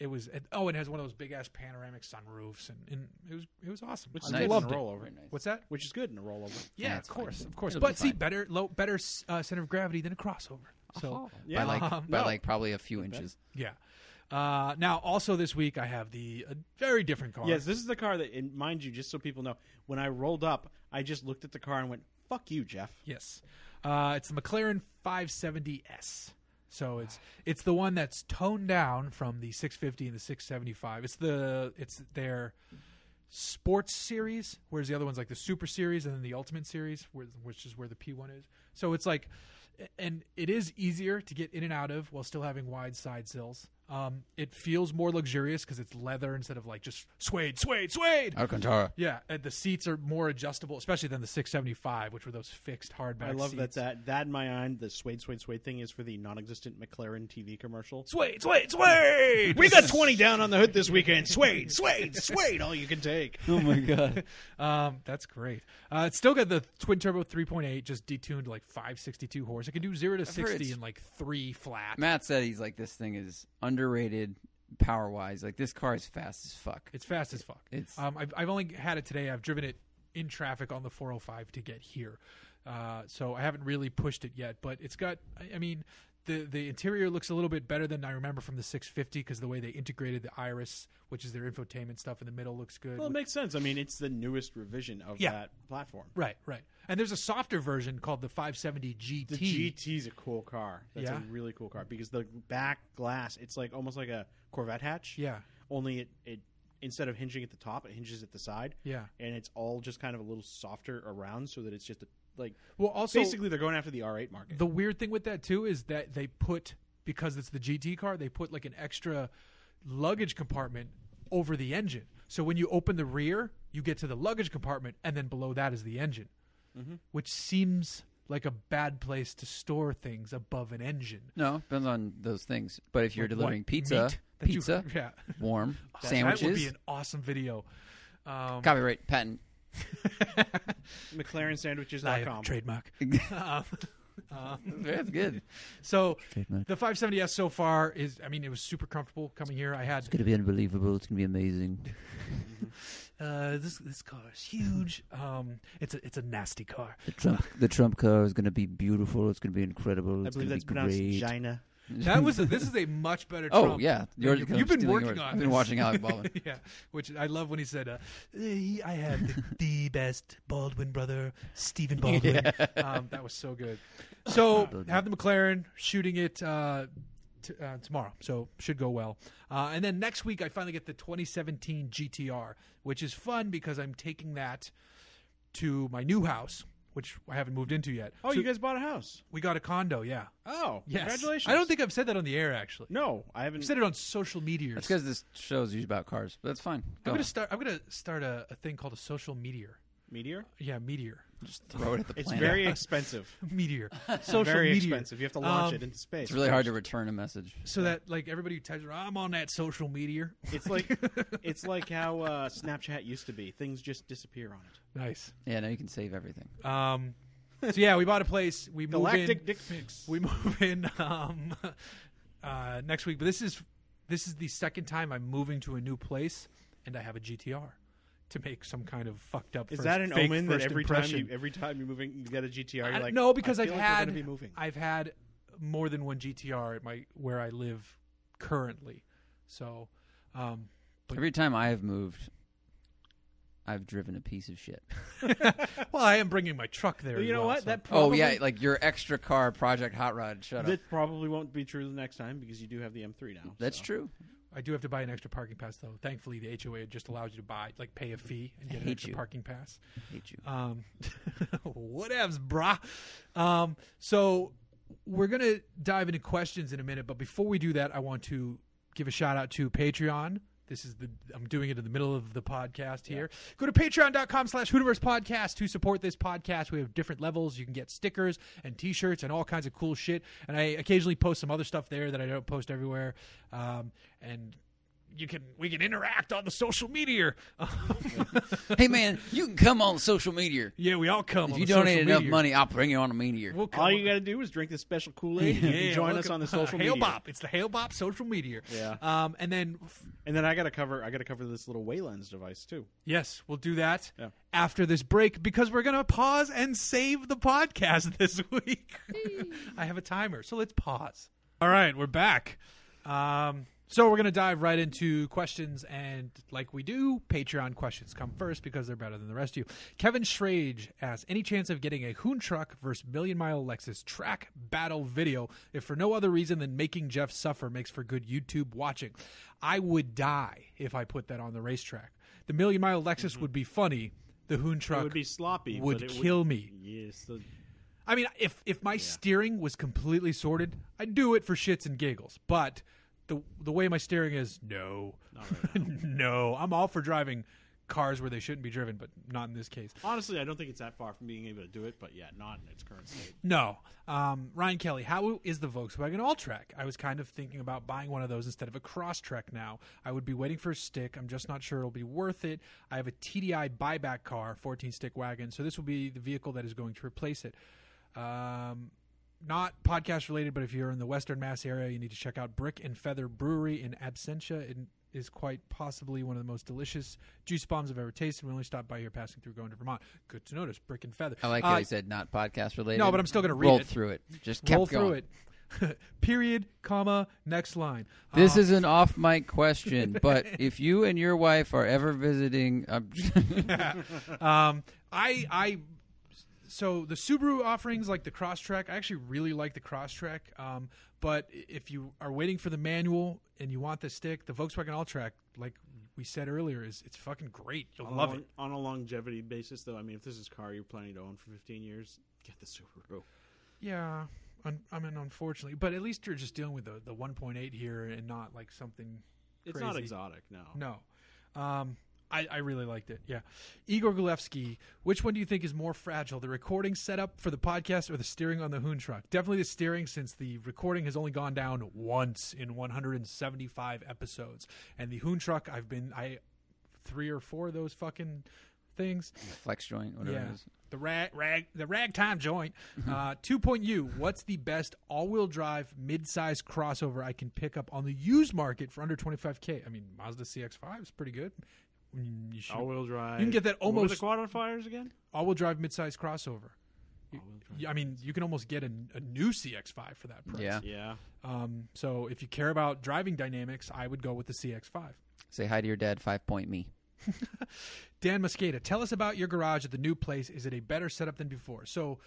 Speaker 2: It was and- oh, and it has one of those big ass panoramic sunroofs, and, and it was it was awesome.
Speaker 1: Which
Speaker 2: I
Speaker 1: is
Speaker 3: Nice.
Speaker 1: good
Speaker 2: loved
Speaker 1: in
Speaker 2: it.
Speaker 1: a rollover.
Speaker 3: Very nice.
Speaker 2: What's that?
Speaker 1: Which is good in a rollover.
Speaker 2: Yeah,
Speaker 3: it's
Speaker 2: of
Speaker 3: fine.
Speaker 2: course, of course.
Speaker 3: It'll be
Speaker 2: but see,
Speaker 3: fine.
Speaker 2: better low, better uh, center of gravity than a crossover. So.
Speaker 1: Yeah.
Speaker 3: by like
Speaker 2: Um,
Speaker 3: by
Speaker 1: no.
Speaker 3: like probably a few inches.
Speaker 2: Yeah. Uh, now, also this week, I have the a very different car.
Speaker 1: Yes, this is the car that, and mind you, just so people know, when I rolled up, I just looked at the car and went, "Fuck you, Jeff."
Speaker 2: Yes. Uh, it's the McLaren 570S. So it's it's the one that's toned down from the 650 and the 675. It's the it's their sports series, whereas the other one's like the super series and then the ultimate series, where, which is where the P1 is. So it's like, and it is easier to get in and out of while still having wide side sills. Um, it feels more luxurious because it's leather instead of like just suede, suede, suede.
Speaker 3: Alcantara.
Speaker 2: Yeah, and the seats are more adjustable, especially than the 675, which were those fixed hardback.
Speaker 1: I love that,
Speaker 2: seats.
Speaker 1: that that in my mind, the suede suede suede thing is for the non-existent McLaren TV commercial.
Speaker 2: Sway, sway, sway.
Speaker 1: We got twenty down on the hood this weekend. Suede suede suede, all you can take.
Speaker 3: Oh my god.
Speaker 2: um, that's great. Uh, it's still got the twin turbo 3.8, just detuned to like 562 horse. It can do zero to
Speaker 3: heard
Speaker 2: 60
Speaker 3: it's-
Speaker 2: in like three flat.
Speaker 3: Matt said he's like this thing is underrated power wise. Like this car is fast as fuck.
Speaker 2: It's fast as fuck.
Speaker 3: It's-
Speaker 2: um, I've, I've only had it today. I've driven it in traffic on the 405 to get here, uh, so I haven't really pushed it yet. But it's got. I, I mean, the the interior looks a little bit better than I remember from the 650 because the way they integrated the Iris, which is their infotainment stuff in the middle, looks good.
Speaker 1: Well, it
Speaker 2: With-
Speaker 1: makes sense. I mean, it's the newest revision of
Speaker 2: Yeah.
Speaker 1: that platform.
Speaker 2: right, right. And there's a softer version called the 570 GT.
Speaker 1: The GT's a cool car. That's
Speaker 2: Yeah.
Speaker 1: a really cool car because the back glass, it's like almost like a Corvette hatch.
Speaker 2: Yeah,
Speaker 1: Only it, it instead of hinging at the top, it hinges at the side.
Speaker 2: yeah.
Speaker 1: And it's all just kind of a little softer around so that it's just a, like
Speaker 2: Well, also
Speaker 1: basically they're going after the R8 market.
Speaker 2: The weird thing with that too is that they put because it's the GT car, they put like an extra luggage compartment over the engine. So when you open the rear, you get to the luggage compartment, and then below that is the engine, which seems like a bad place to store things above an engine.
Speaker 3: no, depends on those things. But if you're
Speaker 2: Like what
Speaker 3: delivering pizza,
Speaker 2: meat that you-
Speaker 3: pizza,
Speaker 2: yeah.
Speaker 3: warm
Speaker 2: that would be
Speaker 3: sandwiches,
Speaker 2: an awesome video. Um,
Speaker 3: copyright patent.
Speaker 1: McLaren
Speaker 2: I
Speaker 1: sandwiches.com.
Speaker 2: trademark. Um, um,
Speaker 3: That's good.
Speaker 2: so
Speaker 3: Trademark.
Speaker 2: the 570s so far is, I mean, it was super comfortable coming here. I had
Speaker 3: gonna be unbelievable. It's gonna be amazing.
Speaker 2: Uh, this this car is huge. Um, it's a it's a nasty car.
Speaker 3: The Trump, the Trump car is gonna be beautiful. It's gonna be incredible.
Speaker 1: I believe that's pronounced Gina.
Speaker 2: That was a, this is a much better.
Speaker 3: Oh
Speaker 2: Trump.
Speaker 3: yeah,
Speaker 2: You're-
Speaker 3: You're-
Speaker 2: you've been
Speaker 3: stealing
Speaker 2: working
Speaker 3: yours.
Speaker 2: on
Speaker 3: I've been
Speaker 2: this.
Speaker 3: watching Alec Baldwin.
Speaker 2: yeah, which I love when he said, uh, "Eh, "I have the, the best Baldwin brother, Stephen Baldwin." Um, that was so good. So have the McLaren shooting it uh, t- uh, tomorrow, so should go well. Uh, and then next week, I finally get the 2017 GTR, which is fun because I'm taking that to my new house, which I haven't moved into yet.
Speaker 1: Oh,
Speaker 2: So
Speaker 1: you guys bought a house.
Speaker 2: we got a condo. Yeah.
Speaker 1: Oh,
Speaker 2: Yes.
Speaker 1: congratulations.
Speaker 2: I don't think I've said that on the air actually.
Speaker 1: No, I haven't.
Speaker 2: I've said it on social media.
Speaker 3: That's because this show is usually about cars, but that's fine. Go
Speaker 2: I'm
Speaker 1: Oh.
Speaker 3: on.
Speaker 2: gonna start. I'm gonna start a, a thing called a social meteor.
Speaker 1: Meteor.
Speaker 2: Yeah, meteor,
Speaker 3: just throw it at the
Speaker 1: It's
Speaker 3: planet.
Speaker 1: very expensive.
Speaker 2: meteor, social
Speaker 1: very
Speaker 2: meteor.
Speaker 1: expensive. You have to launch
Speaker 2: Um,
Speaker 1: it into space.
Speaker 3: It's really hard to return a message.
Speaker 2: So that like everybody who types, I'm on that social meteor.
Speaker 1: It's like it's like how uh, Snapchat used to be. Things just disappear on it.
Speaker 2: nice.
Speaker 3: Yeah, now you can save everything.
Speaker 2: Um, so yeah, we bought a place. We move
Speaker 1: Galactic
Speaker 2: in.
Speaker 1: dick pics.
Speaker 2: we move in um, uh, next week. But this is this is the second time I'm moving to a new place, and I have a GTR to make some kind of fucked up.
Speaker 1: Is
Speaker 2: first,
Speaker 1: that an
Speaker 2: fake
Speaker 1: omen that
Speaker 2: first
Speaker 1: every
Speaker 2: impression.
Speaker 1: time you every time you're moving you get a GTR? You're
Speaker 2: I-
Speaker 1: like
Speaker 2: no, because
Speaker 1: I
Speaker 2: I've
Speaker 1: feel like we're
Speaker 2: had
Speaker 1: gonna be moving.
Speaker 2: I've had more than one GTR at my where I live currently. So, um, but,
Speaker 3: Every time I have moved, I've driven a piece of shit.
Speaker 2: well, I am bringing my truck there.
Speaker 1: But you
Speaker 2: as
Speaker 1: know
Speaker 2: well,
Speaker 1: what?
Speaker 2: so-
Speaker 1: that probably,
Speaker 3: oh yeah, like your extra car project hot rod. Shut up.
Speaker 1: that probably won't be true the next time because you do have the M3 now.
Speaker 3: That's
Speaker 1: so.
Speaker 3: true.
Speaker 2: I do have to buy an extra parking pass though. Thankfully, the HOA just allows you to buy like pay a fee and get an
Speaker 3: hate
Speaker 2: extra
Speaker 3: you.
Speaker 2: parking pass.
Speaker 3: hate you.
Speaker 2: Um, whatevs, brah. Um, so we're gonna dive into questions in a minute, but before we do that, I want to give a shout out to Patreon This is the I'm doing it in the middle of the podcast here. Go to patreon.com slash Hooniverse Podcast to support this podcast. We have different levels. You can get stickers and t-shirts and all kinds of cool shit. And I occasionally post some other stuff there that I don't post everywhere. Um, and you can we can interact on the social media.
Speaker 3: hey man, you can come on social media.
Speaker 2: yeah, we all come.
Speaker 3: If
Speaker 2: on
Speaker 3: you
Speaker 2: the
Speaker 3: donate
Speaker 2: social
Speaker 3: enough
Speaker 2: meteor.
Speaker 3: money, I'll bring you on a meteor.
Speaker 2: we'll come
Speaker 1: All
Speaker 2: on.
Speaker 1: you got to do is drink this special Kool Aid and you can
Speaker 2: Yeah,
Speaker 1: join
Speaker 2: look
Speaker 1: us
Speaker 2: up-
Speaker 1: on the social
Speaker 2: Hail
Speaker 1: media.
Speaker 2: Bop! It's the Hail Bop social media.
Speaker 1: Yeah.
Speaker 2: Um, and then f-
Speaker 1: And then I got to cover. I got to cover this little Waylands device too.
Speaker 2: yes, we'll do that
Speaker 1: Yeah.
Speaker 2: after this break because we're gonna pause and save the podcast this week. I have a timer, so let's pause. All right, we're back. Um, so we're gonna dive right into questions, and like we do, Patreon questions come first because they're better than the rest of you. Kevin Schrage asks, "Any chance of getting a Hoon truck versus Million Mile Lexus track battle video? If for no other reason than making Jeff suffer makes for good YouTube watching, I would die if I put that on the racetrack. The Million Mile Lexus would be funny. The Hoon truck
Speaker 1: Mm-hmm. It would be sloppy.
Speaker 2: would
Speaker 1: but it
Speaker 2: kill me.
Speaker 1: Yes. the-
Speaker 2: I mean, if if my steering was completely sorted, I'd do it for shits and giggles. But the the way my steering is, no, no, I'm all for driving cars where they shouldn't be driven, but not in this case.
Speaker 1: honestly, I don't think it's that far from being able to do it, but yeah, not in its current state.
Speaker 2: No, um, Ryan Kelly, how is the Volkswagen Alltrack? I was kind of thinking about buying one of those instead of a Crosstrek now. I would be waiting for a stick. I'm just not sure it'll be worth it. I have a TDI buyback car, 14 stick wagon, so this will be the vehicle that is going to replace it. Um, not podcast related, but if you're in the Western Mass area, you need to check out Brick and Feather Brewery in Absentia. It is quite possibly one of the most delicious juice bombs I've ever tasted. We only stopped by here passing through going to Vermont. Good to notice. Brick and Feather.
Speaker 3: I like
Speaker 2: Uh,
Speaker 3: how he said not podcast related.
Speaker 2: no, but I'm still gonna read
Speaker 3: roll
Speaker 2: it.
Speaker 3: through it. Just kept
Speaker 2: roll
Speaker 3: going.
Speaker 2: through it. Period, comma, next line.
Speaker 3: This
Speaker 2: Uh,
Speaker 3: is an off mic question, but if you and your wife are ever visiting, uh, I'm
Speaker 2: um, I I so the Subaru offerings like the Crosstrek. I actually really like the Crosstrek. Um, but i- if you are waiting for the manual and you want the stick, the Volkswagen Alltrack, like we said earlier, is it's fucking great. You'll
Speaker 1: On a
Speaker 2: love
Speaker 1: long-
Speaker 2: it.
Speaker 1: on a longevity basis, though. I mean, if this is a car you're planning to own for 15 years, get the Subaru.
Speaker 2: Yeah. Un- I mean, unfortunately, but at least you're just dealing with the, the 1.8 here and not like something
Speaker 1: It's not
Speaker 2: Crazy.
Speaker 1: exotic, no.
Speaker 2: No. Um, I, I really liked it. Yeah. Igor Gulevsky, which one do you think is more fragile, the recording setup for the podcast or the steering on the Hoon truck? Definitely the steering, since the recording has only gone down once in 175 episodes. And the Hoon truck, I've been, I, three or four of those fucking things.
Speaker 3: flex joint, whatever
Speaker 2: Yeah.
Speaker 3: it is.
Speaker 2: The rag, rag, the ragtime joint.
Speaker 1: Mm-hmm.
Speaker 2: Uh, two point U. What's the best all-wheel drive mid-size crossover I can pick up on the used market for under twenty-five k? I mean, Mazda CX-5 is pretty good. Mm, You should
Speaker 1: All wheel drive.
Speaker 2: You can get that
Speaker 1: What were the
Speaker 2: almost
Speaker 1: qualifiers again?
Speaker 2: all-wheel drive mid-size crossover. You-
Speaker 1: All-wheel drive.
Speaker 2: you- I mean, you can almost get a, a new CX-5 for that price.
Speaker 3: Yeah.
Speaker 1: Yeah.
Speaker 2: Um, so if you care about driving dynamics, I would go with the CX-5.
Speaker 3: Say hi to your dad, five point me.
Speaker 2: Dan Mosqueda, tell us about your garage at the new place. Is it a better setup than before? So,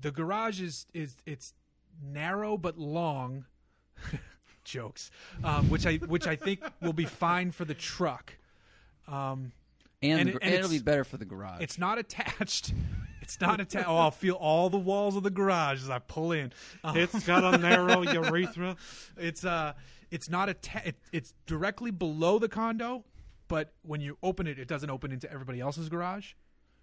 Speaker 2: the garage is is it's narrow but long. Jokes, um, which I which I think will be fine for the truck. Um,
Speaker 3: And,
Speaker 2: And
Speaker 3: the
Speaker 2: it-
Speaker 3: gr-
Speaker 2: and
Speaker 3: and it'll
Speaker 2: it's-
Speaker 3: be better for the garage.
Speaker 2: it's not attached. It's not attached. Oh, I'll feel all the walls of the garage as I pull in. Um,
Speaker 1: It's got a narrow urethra.
Speaker 2: it's uh, it's not atta- it, It's directly below the condo, but when you open it, it doesn't open into everybody else's garage,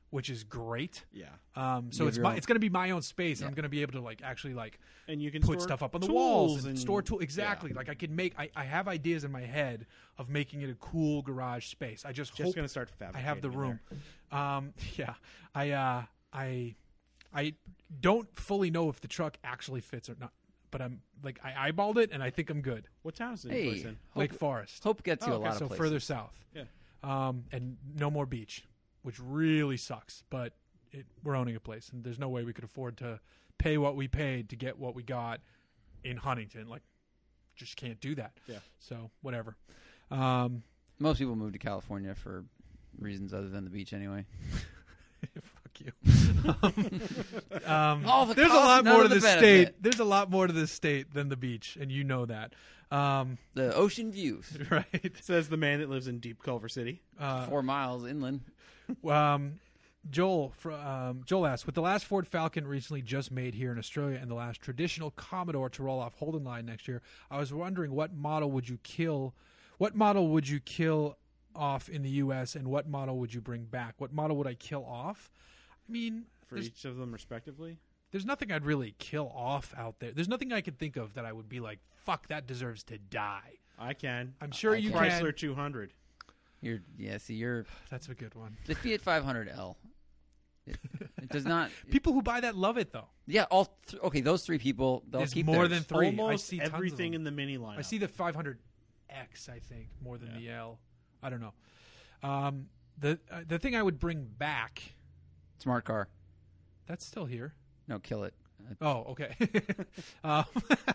Speaker 2: which is great.
Speaker 1: Yeah.
Speaker 2: Um, so
Speaker 3: You have
Speaker 2: it's
Speaker 3: your
Speaker 2: my,
Speaker 3: own-
Speaker 2: it's going to be my own space. and I'm going to be able to like actually like
Speaker 1: And you can
Speaker 2: put
Speaker 1: store
Speaker 2: stuff up on the
Speaker 1: tools
Speaker 2: walls and,
Speaker 1: and-
Speaker 2: store tool exactly. Like I can make I, I have ideas in my head of making it a cool garage space. I just,
Speaker 1: Just
Speaker 2: hope
Speaker 1: going to start
Speaker 2: I
Speaker 1: fabricating.
Speaker 2: have the
Speaker 1: in
Speaker 2: room. Um, yeah, I uh, I I don't fully know if the truck actually fits or not, but I'm like I eyeballed it and I think I'm good.
Speaker 1: there. What town is the
Speaker 3: Hey.
Speaker 1: new place in?
Speaker 2: Lake Forest.
Speaker 3: Hope gets you
Speaker 2: Oh,
Speaker 3: a lot
Speaker 2: so
Speaker 3: of places.
Speaker 2: further south.
Speaker 1: Yeah.
Speaker 2: Um, and no more beach, which really sucks. But it, we're owning a place, and there's no way we could afford to pay what we paid to get what we got in Huntington. Like, just can't do that.
Speaker 1: Yeah.
Speaker 2: So whatever. Um,
Speaker 3: Most people move to California for reasons other than the beach, anyway.
Speaker 2: fuck you. um,
Speaker 3: All the
Speaker 2: there's a
Speaker 3: cost,
Speaker 2: lot
Speaker 3: none
Speaker 2: more to
Speaker 3: of the
Speaker 2: this
Speaker 3: benefit.
Speaker 2: state. There's a lot more to this state than the beach, and you know that, um,
Speaker 3: The ocean views,
Speaker 2: right?
Speaker 1: Says the man that lives in deep Culver City.
Speaker 2: Uh,
Speaker 3: four miles inland.
Speaker 2: um, Joel fr- um, Joel asks, with the last Ford Falcon recently just made here in Australia and the last traditional Commodore to roll off Holden line next year, I was wondering what model would you kill? What model would you kill off in the U.S. and what model would you bring back? What model would I kill off? I mean,
Speaker 1: for e-,
Speaker 2: there's,
Speaker 1: each of them respectively.
Speaker 2: there's nothing I'd really kill off out there. There's nothing I could think of that I would be like, "Fuck, that deserves to die."
Speaker 1: I can.
Speaker 2: I'm sure
Speaker 3: I
Speaker 2: you
Speaker 3: can.
Speaker 2: can.
Speaker 1: Uh, Chrysler 200.
Speaker 3: You're yeah. See, you're
Speaker 2: That's a good one.
Speaker 3: the Fiat 500L. It, it does not.
Speaker 2: People who buy that love it though.
Speaker 3: Yeah. All th- okay. Those three people. They'll
Speaker 2: There's
Speaker 3: keep
Speaker 2: more
Speaker 3: theirs.
Speaker 2: than three. I
Speaker 1: Almost
Speaker 2: see tons of
Speaker 1: everything
Speaker 2: them.
Speaker 1: in the mini line.
Speaker 2: I see the 500X, I think, more than the L. I don't know. Um, the uh, the thing I would bring back
Speaker 3: smart car.
Speaker 2: that's still here.
Speaker 3: No, kill it. Uh,
Speaker 2: Oh, okay. um,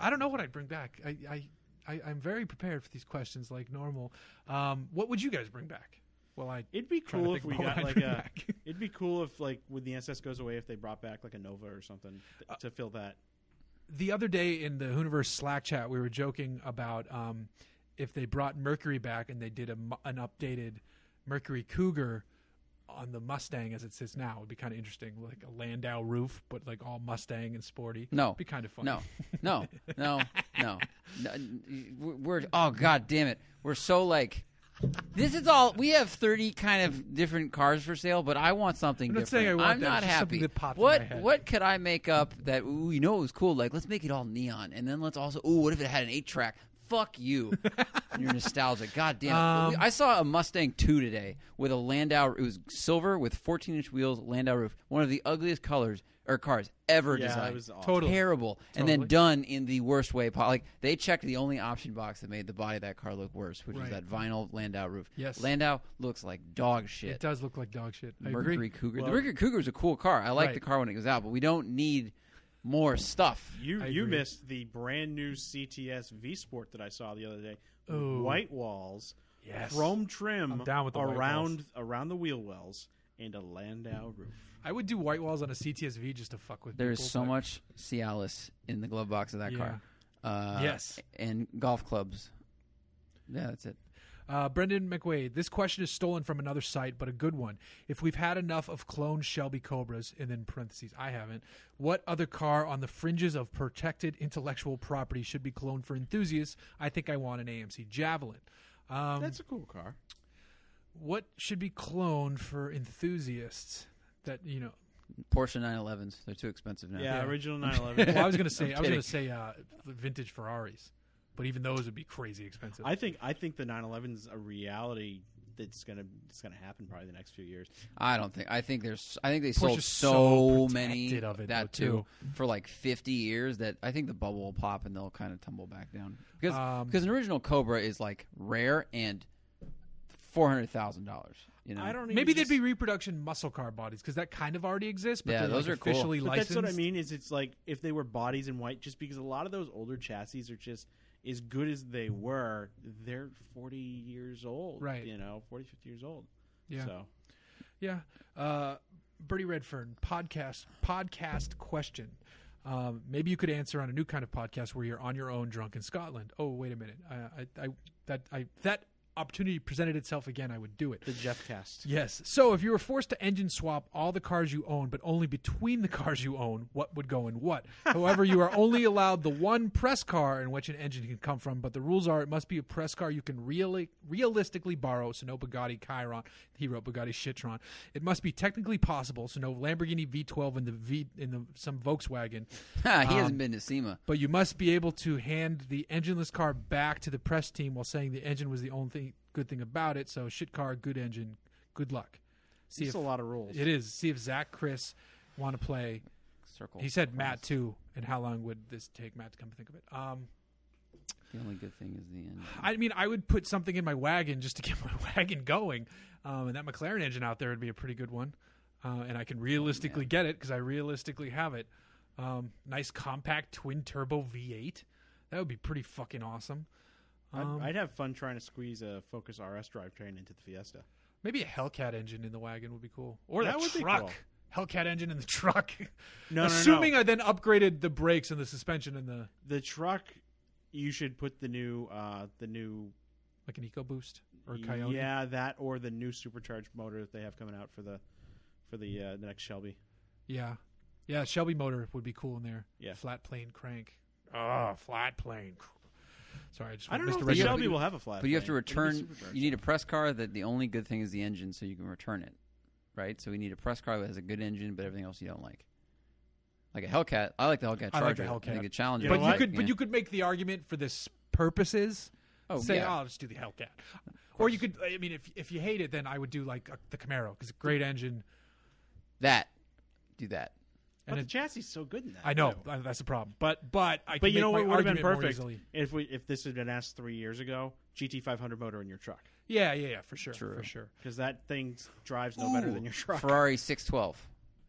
Speaker 2: I don't know what I'd bring back. I, I, I I'm very prepared for these questions, like normal. Um, what would you guys bring back? Well, I
Speaker 1: It'd be
Speaker 2: trying to
Speaker 1: cool if
Speaker 2: think
Speaker 1: we
Speaker 2: about what
Speaker 1: got
Speaker 2: I'd
Speaker 1: like
Speaker 2: bring
Speaker 1: a.
Speaker 2: back.
Speaker 1: It'd be cool if like when the SS goes away, if they brought back like a Nova or something
Speaker 2: Uh,
Speaker 1: th- to fill that.
Speaker 2: the other day in the Hooniverse Slack chat, we were joking about um, if they brought Mercury back and they did a, mu- an updated Mercury Cougar on the Mustang as it sits now, it would be kind of interesting, like a Landau roof, but like all Mustang and sporty.
Speaker 3: No.
Speaker 2: it'd be kind of funny.
Speaker 3: No, no, no, no. no n- we're oh god damn it. We're so like this is all we have thirty kind of different cars for sale, but I want something
Speaker 2: I'm not
Speaker 3: different.
Speaker 2: saying I want
Speaker 3: I'm
Speaker 2: that,
Speaker 3: not
Speaker 2: it's just something
Speaker 3: happy.
Speaker 2: that popped in
Speaker 3: what
Speaker 2: my head.
Speaker 3: what could I make up that ooh, you know it was cool? Like let's make it all neon, and then let's also ooh, what if it had an eight track? Fuck you. You're nostalgic. God damn it.
Speaker 2: Um,
Speaker 3: I saw a Mustang 2 today with a Landau. It was silver with 14 inch wheels, Landau roof. One of the ugliest colors or cars ever
Speaker 1: Yeah,
Speaker 3: designed
Speaker 1: it was awesome.
Speaker 2: Totally.
Speaker 3: terrible and then
Speaker 2: Totally.
Speaker 3: done in the worst way possible. Like they checked the only option box that made the body of that car look worse, which
Speaker 2: Right.
Speaker 3: was that vinyl Landau roof.
Speaker 2: Yes.
Speaker 3: Landau looks like dog
Speaker 2: It
Speaker 3: shit.
Speaker 2: does look like dog shit. I
Speaker 3: Mercury
Speaker 2: agree.
Speaker 3: Cougar.
Speaker 1: Well-
Speaker 3: the Mercury Cougar was a cool car. I liked
Speaker 2: Right.
Speaker 3: the car when it was out, but we don't need more stuff.
Speaker 1: You
Speaker 2: I
Speaker 1: you
Speaker 2: agree.
Speaker 1: missed the brand new CTS V Sport that I saw the other day.
Speaker 2: Ooh.
Speaker 1: White walls,
Speaker 2: Yes.
Speaker 1: chrome trim
Speaker 2: I'm down with the white
Speaker 1: around around the wheel wells, and a Landau roof.
Speaker 2: I would do white walls on a CTSV just to fuck with.
Speaker 3: There is
Speaker 2: people,
Speaker 3: so
Speaker 2: but-
Speaker 3: much Cialis in the glove box of that car. Uh,
Speaker 2: Yes.
Speaker 3: And golf clubs. Yeah, that's it.
Speaker 2: Uh, Brendan McWade, this question is stolen from another site, but a good one. If we've had enough of cloned Shelby Cobras, and then parentheses, I haven't, what other car on the fringes of protected intellectual property should be cloned for enthusiasts? I think I want an AMC Javelin. Um,
Speaker 1: That's a cool car.
Speaker 2: what should be cloned for enthusiasts? That, you know,
Speaker 3: Porsche 911s. They're too expensive now.
Speaker 1: Yeah, original
Speaker 2: well, I
Speaker 1: 911.
Speaker 2: was going to say, I was
Speaker 3: kidding.
Speaker 2: going to say uh, vintage Ferraris, but even those would be crazy expensive.
Speaker 1: I think I think the 911's a reality that's gonna it's gonna happen probably the next few years.
Speaker 3: I don't think. I think there's. I think they
Speaker 2: Porsche
Speaker 3: sold
Speaker 2: is
Speaker 3: so,
Speaker 2: so
Speaker 3: many
Speaker 2: protected of it,
Speaker 3: that
Speaker 2: though,
Speaker 3: too for like 50 years that I think the bubble will pop and they'll kind of tumble back down because
Speaker 2: Um,
Speaker 3: because an original Cobra is like rare and four hundred thousand dollars. You know,
Speaker 1: I don't. Even
Speaker 2: Maybe
Speaker 1: just,
Speaker 2: there'd be reproduction muscle car bodies because that kind of already exists. But
Speaker 3: Yeah,
Speaker 2: they're,
Speaker 3: those
Speaker 2: like,
Speaker 3: are cool.
Speaker 2: officially
Speaker 1: But
Speaker 2: licensed.
Speaker 1: that's what I mean. Is it's like if they were bodies in white, just because a lot of those older chassis are just as good as they were. They're 40 years old,
Speaker 2: Right.
Speaker 1: You know, 40, 50 years old.
Speaker 2: Yeah.
Speaker 1: So
Speaker 2: Yeah. Uh, Bertie Redfern podcast podcast question. Um, maybe you could answer on a new kind of podcast where you're on your own, drunk in Scotland. Oh, wait a minute. I, I, I that I that opportunity presented itself again. I would do it.
Speaker 1: the Jeff cast.
Speaker 2: Yes. So if you were forced to engine swap all the cars you own, but only between the cars you own, what would go in what? However, you are only allowed the one press car in which an engine can come from, but the rules are it must be a press car you can really realistically borrow, so no Bugatti Chiron. He wrote Bugatti Chitron. It must be technically possible, so no Lamborghini V12 in the V in the some SEMA.
Speaker 3: Ha, he
Speaker 2: um,
Speaker 3: hasn't been to SEMA.
Speaker 2: But you must be able to hand the engineless car back to the press team while saying the engine was the only thing, good thing about it. So shit car, good engine, good luck. See
Speaker 1: It's
Speaker 2: if
Speaker 1: a lot of rules.
Speaker 2: it is. See if Zach Chris want to play.
Speaker 3: Circle.
Speaker 2: He said Matt too. And how long would this take Matt to come to think of it? Um,
Speaker 3: the only good thing is the end.
Speaker 2: I mean, I would put something in my wagon just to get my wagon going. Um, and that McLaren engine out there would be a pretty good one. Uh, and I
Speaker 1: Oh,
Speaker 2: can realistically get it because I realistically have it. Um, nice compact twin turbo V8. That would be pretty fucking awesome.
Speaker 1: I'd,
Speaker 2: Um,
Speaker 1: I'd have fun trying to squeeze a Focus RS drivetrain into the Fiesta.
Speaker 2: Maybe a Hellcat engine in the wagon would be cool, or
Speaker 1: That
Speaker 2: the
Speaker 1: would be
Speaker 2: truck.
Speaker 1: cool.
Speaker 2: Hellcat engine in the truck.
Speaker 1: No, no, no.
Speaker 2: assuming I then upgraded the brakes and the suspension and the
Speaker 1: The truck, you should put the new uh the new
Speaker 2: like an eco boost or a coyote.
Speaker 1: Yeah, that or the new supercharged motor that they have coming out for the for the uh, the next Shelby.
Speaker 2: yeah, yeah. Shelby motor would be cool in there.
Speaker 1: Yeah.
Speaker 2: flat plane crank. Oh, flat plane. cr- Sorry, I just
Speaker 1: I don't know
Speaker 2: Mr.
Speaker 1: if the
Speaker 2: Regular.
Speaker 1: Shelby will have a flat.
Speaker 3: But you have to
Speaker 1: plane. It'll be
Speaker 3: return.
Speaker 1: supercharged.
Speaker 3: You need a press car that the only good thing is the engine, so you can return it, right? So we need a press car that has a good engine, but everything else you don't like. Like a Hellcat, I like the Hellcat Charger.
Speaker 2: I like the
Speaker 3: I think
Speaker 2: Hellcat.
Speaker 3: a Challenger.
Speaker 1: You know
Speaker 2: but you
Speaker 1: what?
Speaker 2: could,
Speaker 3: Yeah.
Speaker 2: but you could make the argument for this purposes.
Speaker 3: Oh,
Speaker 2: say,
Speaker 3: yeah.
Speaker 2: oh, I'll just do the Hellcat, or you could. I mean, if if you hate it, then I would do like a, the Camaro because great engine.
Speaker 3: that do that.
Speaker 1: But
Speaker 2: And
Speaker 1: the
Speaker 2: it,
Speaker 1: chassis is so good in that.
Speaker 2: I know
Speaker 1: too.
Speaker 2: uh, that's the problem, but but I.
Speaker 1: But
Speaker 2: can
Speaker 1: you know
Speaker 2: make
Speaker 1: what
Speaker 2: my
Speaker 1: would have been
Speaker 2: argument more
Speaker 1: perfect
Speaker 2: easily.
Speaker 1: if we if this had been asked three years ago? GT 500 motor in your truck
Speaker 2: Yeah, yeah, yeah, for sure,
Speaker 3: True.
Speaker 2: for sure.
Speaker 1: because that thing drives no better
Speaker 3: Ooh,
Speaker 1: than your truck.
Speaker 3: Ferrari 612.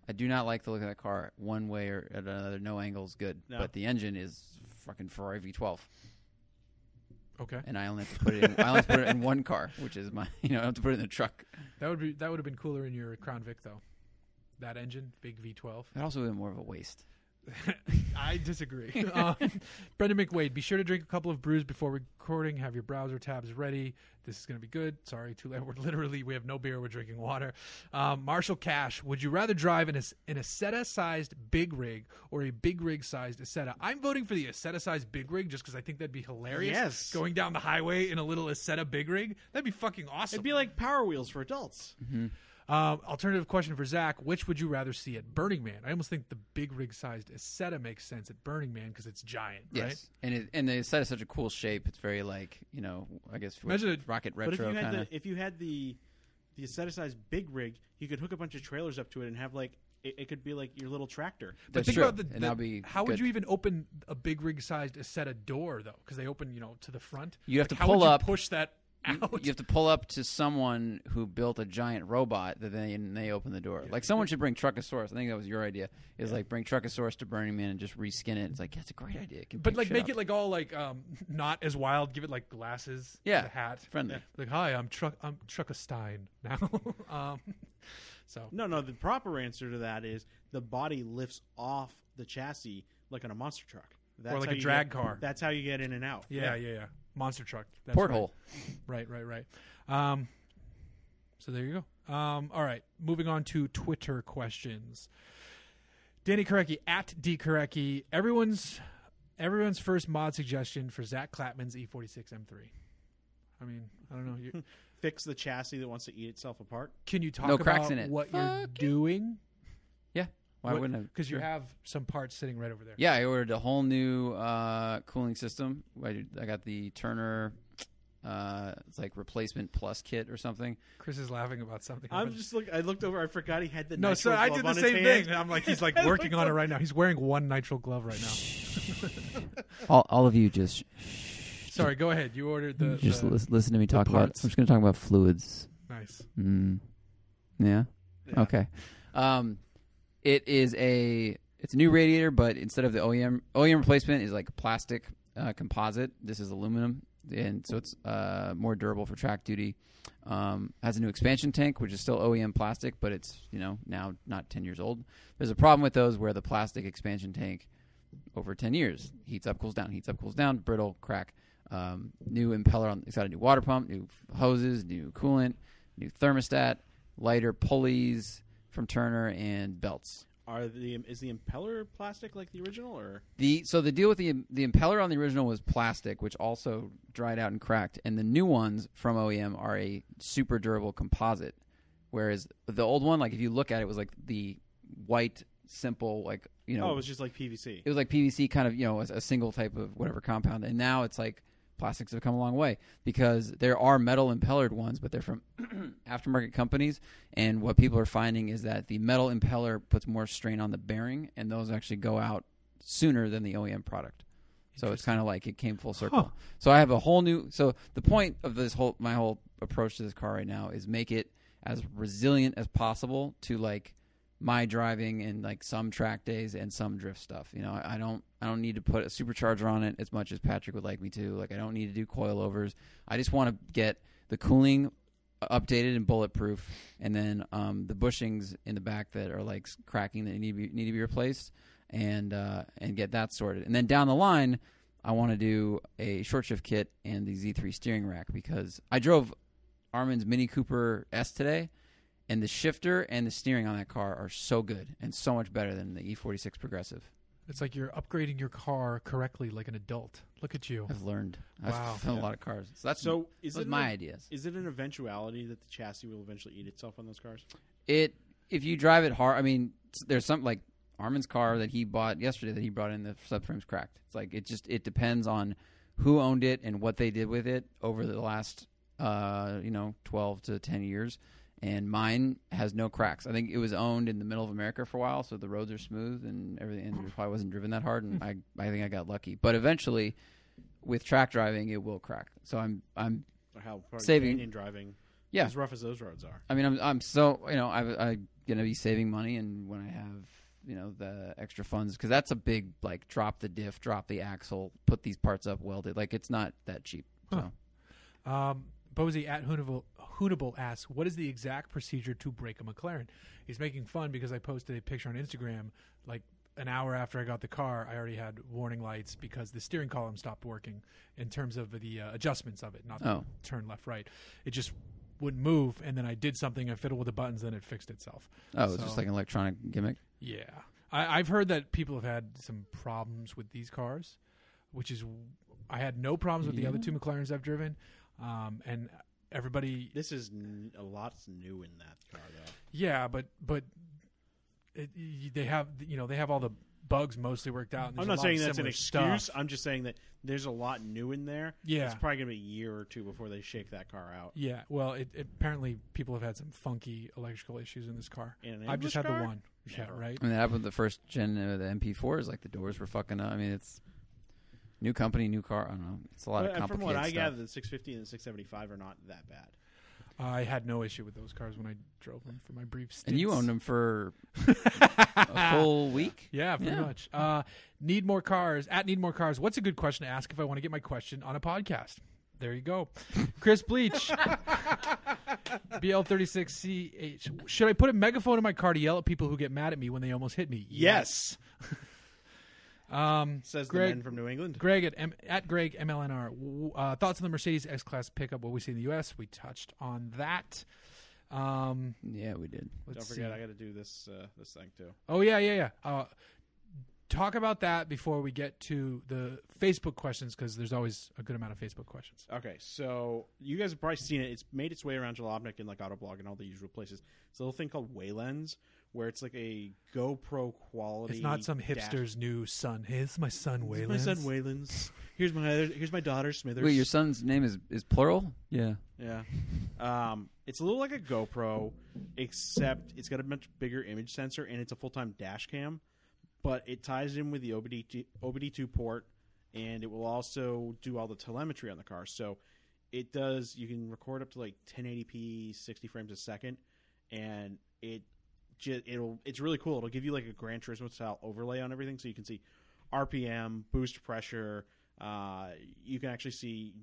Speaker 3: I do not like the look of that car one way or at another. No angle's good,
Speaker 1: No.
Speaker 3: but the engine is fucking Ferrari V12,
Speaker 2: Okay,
Speaker 3: and I only have to put it. In, I only have to put it in one car, which is my. You know, I have to put it in the truck.
Speaker 2: that would be that would have been cooler in your Crown Vic though. That engine, big V12.
Speaker 3: That also would have been more of a waste.
Speaker 2: I disagree. um, Brendan McWade, be sure to drink a couple of brews before recording. Have your browser tabs ready. This is going to be good. Sorry, too late. We're literally we have no beer. We're drinking water. Um, Marshall Cash, would you rather drive an Ac- an Aceta sized big rig or a big rig sized Aceta? I'm voting for the Aceta sized big rig just because I think that'd be hilarious.
Speaker 1: Yes.
Speaker 2: going down the highway in a little Aceta big rig. That'd be fucking awesome.
Speaker 1: It'd be like Power Wheels for adults.
Speaker 2: Um, alternative question for Zach: Which would you rather see at Burning Man? I almost think the big rig-sized Isetta makes sense at Burning Man because it's giant,
Speaker 3: Yes,
Speaker 2: right?
Speaker 3: and it, and the set is such a cool shape. It's very like you know, I guess what-
Speaker 2: Imagine it-
Speaker 3: rocket
Speaker 1: But if you
Speaker 3: retro
Speaker 1: had
Speaker 3: kind
Speaker 1: the
Speaker 3: of.
Speaker 1: if you had the the aestheticized big rig, you could hook a bunch of trailers up to it and have like it, it could be like your little tractor.
Speaker 2: But
Speaker 3: That's
Speaker 2: think
Speaker 3: true,
Speaker 2: about the,
Speaker 3: and
Speaker 2: the-
Speaker 3: that'll be
Speaker 2: how would
Speaker 3: good.
Speaker 2: you even open a big rig-sized Isetta door though? Because they open, you know, to the front.
Speaker 3: You have
Speaker 2: Like,
Speaker 3: to
Speaker 2: how
Speaker 3: pull
Speaker 2: would you
Speaker 3: up-
Speaker 2: push that
Speaker 3: You,
Speaker 2: out.
Speaker 3: you have to pull up to someone who built a giant robot that they and they open the door. Like someone should bring Truckosaurus. I think that was your idea. Is like bring Truckosaurus to Burning Man and just reskin it. It's like that's a great idea. It can
Speaker 2: but
Speaker 3: pick
Speaker 2: like
Speaker 3: shit
Speaker 2: make
Speaker 3: up.
Speaker 2: it like all like um not as wild. Give it like glasses,
Speaker 3: Yeah.
Speaker 2: and a hat.
Speaker 3: friendly.
Speaker 2: Like hi, I'm Truck I'm Truckastein now. um, so
Speaker 1: No, no. The proper answer to that is the body lifts off the chassis like on a monster truck, that's
Speaker 2: like
Speaker 1: how
Speaker 2: a
Speaker 1: you
Speaker 2: drag
Speaker 1: get-
Speaker 2: car.
Speaker 1: That's how you get in and out.
Speaker 2: yeah, yeah, yeah. Monster truck. That's right.
Speaker 3: Porthole.
Speaker 2: Right, right, right. Um, so there you go. Um, all right, moving on to Twitter questions. Danny Karecki at D Karecki. Everyone's everyone's first mod suggestion for Zach E Clapman's E46 M3. I mean, I don't know. You,
Speaker 1: Fix the chassis that wants to eat itself apart.
Speaker 2: can you talk
Speaker 3: No cracks
Speaker 2: about
Speaker 3: in it.
Speaker 2: what you're doing?
Speaker 3: Yeah. Why wouldn't I?
Speaker 2: Because you
Speaker 3: Sure.
Speaker 2: have some parts sitting right over there.
Speaker 3: Yeah, I ordered a whole new uh, cooling system. I, did- I got the Turner, uh, it's like replacement plus kit or something.
Speaker 2: Chris is laughing about something.
Speaker 1: I'm just look. I looked over. I forgot he had the
Speaker 2: no, so
Speaker 1: nitrile
Speaker 2: I
Speaker 1: glove
Speaker 2: did the
Speaker 1: on his
Speaker 2: same
Speaker 1: hand.
Speaker 2: thing. I'm like, he's like working on it right now. He's wearing one nitrile glove right now.
Speaker 3: All, all of you just
Speaker 2: Sorry, go ahead. You ordered the, the-
Speaker 3: listen to me
Speaker 2: talk about- parts. I'm just
Speaker 3: going to talk about fluids.
Speaker 2: nice.
Speaker 3: Mm. Yeah?
Speaker 1: Yeah.
Speaker 3: Okay. Um, it is a it's a new radiator, but instead of the E OEM OEM replacement is like plastic uh, composite. This is aluminum, and so it's uh, more durable for track duty. Um, has a new expansion tank, which is still OEM plastic, but it's you know now not ten years old. There's a problem with those where the plastic expansion tank over ten years heats up, cools down, heats up, cools down, brittle, crack. Um, new impeller on it's got a new water pump, new hoses, new coolant, new thermostat, lighter pulleys from Turner and belts.
Speaker 1: Are the is the impeller plastic like the original or
Speaker 3: The so the deal with the the impeller on the original was plastic, which also dried out and cracked, and the new ones from OEM are a super durable composite. Whereas the old one, like if you look at it, was like the white, simple, like you know,
Speaker 1: oh, it was just like PVC.
Speaker 3: it was like PVC, kind of you know, a, a single type of whatever compound, and now it's like plastics have come a long way because there are metal impellered ones, but they're from aftermarket companies, and what people are finding is that the metal impeller puts more strain on the bearing, and those actually go out sooner than the OEM product. So it's kind of like it came full circle.
Speaker 2: Huh.
Speaker 3: So I have a whole new. So the point of this whole my whole approach to this car right now is make it as resilient as possible to like my driving and like some track days and some drift stuff. You know, I, I don't I don't need to put a supercharger on it as much as Patrick would like me to. Like I don't need to do coilovers. I just want to get the cooling updated and bulletproof, and then um, the bushings in the back that are like cracking that need to be, need to be replaced, and uh, and get that sorted. And then down the line, I want to do a short shift kit and the Z3 steering rack because I drove Armin's Mini Cooper S today, and the shifter and the steering on that car are so good and so much better than the E46 E Progressive.
Speaker 2: It's like you're upgrading your car correctly, like an adult. Look at you.
Speaker 3: I've learned.
Speaker 2: Wow.
Speaker 3: I've done a lot of cars. So that's
Speaker 1: So is
Speaker 3: those
Speaker 1: it
Speaker 3: are
Speaker 1: an-
Speaker 3: my ideas.
Speaker 1: Is it an eventuality that the chassis will eventually eat itself on those cars?
Speaker 3: It if you drive it hard. I mean, s- there's something like Armin's car that he bought yesterday that he brought in the subframe's cracked. It's like it just it depends on who owned it and what they did with it over the last uh, you know twelve to ten years. And mine has no cracks. I think it was owned in the middle of America for a while, so the roads are smooth and everything. And it probably wasn't driven that hard, and I I think I got lucky. But eventually, with track driving, it will crack. So I'm I'm
Speaker 1: Or how probably
Speaker 3: Saving-
Speaker 1: canyon driving,
Speaker 3: Yeah.
Speaker 1: as rough as those roads are.
Speaker 3: I mean, I'm I'm so you know I I'm gonna be saving money, and when I have you know the extra funds, because that's a big like drop the diff, drop the axle, put these parts up, weld it. Like it's not that cheap. So
Speaker 2: Um, Posey at Hoonable, Hoonable asks, "What is the exact procedure to break a McLaren?" He's making fun because I posted a picture on Instagram like an hour after I got the car. I already had warning lights because the steering column stopped working in terms of the uh, adjustments of it, not the
Speaker 3: Oh.
Speaker 2: turn left right. It just wouldn't move, and then I did something. I fiddled with the buttons, and it fixed itself.
Speaker 3: oh, it's
Speaker 2: So-
Speaker 3: just like an electronic gimmick.
Speaker 2: yeah, I, I've heard that people have had some problems with these cars, which is I had no problems with the other two McLarens I've driven, um, and everybody.
Speaker 1: This is n- a lot's new in that car though.
Speaker 2: Yeah, but but it, y- they have you know they have all the bugs mostly worked out. And
Speaker 1: I'm
Speaker 2: there's
Speaker 1: not
Speaker 2: a lot of
Speaker 1: saying that's an
Speaker 2: similar
Speaker 1: excuse.
Speaker 2: Stuff.
Speaker 1: I'm just saying that there's a lot new in there.
Speaker 2: Yeah.
Speaker 1: it's probably gonna be a year or two before they shake that car out.
Speaker 2: Yeah, well, it, it- apparently people have had some funky electrical issues in this car.
Speaker 1: In an
Speaker 2: I've just had
Speaker 1: English
Speaker 2: the
Speaker 1: car?
Speaker 2: one. Yeah,
Speaker 1: Never.
Speaker 2: right.
Speaker 3: I mean, that happened with the first gen of the MP4s. Like the doors were fucking up. I mean, it's new company, new car. I don't know. It's a lot
Speaker 1: But,
Speaker 3: of
Speaker 1: uh,
Speaker 3: complicated
Speaker 1: from what I
Speaker 3: stuff.
Speaker 1: gather, the 650 and the 675 are not that bad.
Speaker 2: I had no issue with those cars when I drove them for my brief. Stints.
Speaker 3: and you owned them for a full week.
Speaker 2: Yeah, pretty
Speaker 3: Yeah.
Speaker 2: much. Uh, need more cars at need more cars. What's a good question to ask if I want to get my question on a podcast? There you go, Chris Bleach, BL thirty six CH. Should I put a megaphone in my car to yell at people who get mad at me when they almost hit me? Um,
Speaker 1: says
Speaker 2: Greg-
Speaker 1: the men from New England.
Speaker 2: Greg at M- at Greg MLNR. W- Uh, thoughts on the Mercedes S Class pickup? What we see in the U.S. We touched on that. Um,
Speaker 3: Yeah, we did.
Speaker 2: let's
Speaker 1: Don't forget,
Speaker 2: see.
Speaker 1: I got to do this uh, this thing too.
Speaker 2: Oh yeah, yeah, yeah. Uh, talk about that before we get to the Facebook questions because there's always a good amount of Facebook questions.
Speaker 1: Okay, so you guys have probably seen it. It's made its way around Jalopnik and like Autoblog and all the usual places. It's a little thing called Waylens, where it's like a GoPro quality.
Speaker 2: It's not some
Speaker 1: dash-
Speaker 2: hipster's new son. Hey, this is my son
Speaker 1: This is
Speaker 2: Waylon.
Speaker 1: My son Waylens. Here's my other, here's my daughter Smithers.
Speaker 3: Wait, your son's name is is plural? Yeah.
Speaker 1: Yeah. Um, it's a little like a GoPro, except it's got a much bigger image sensor and it's a full time dash cam, but it ties in with the OBD2, OBD2 port and it will also do all the telemetry on the car. So it does, you can record up to like 1080p, 60 frames a second, and it ju- it'll it's really cool. It'll give you like a Gran Turismo style overlay on everything, so you can see RPM, boost pressure. Uh, you can actually see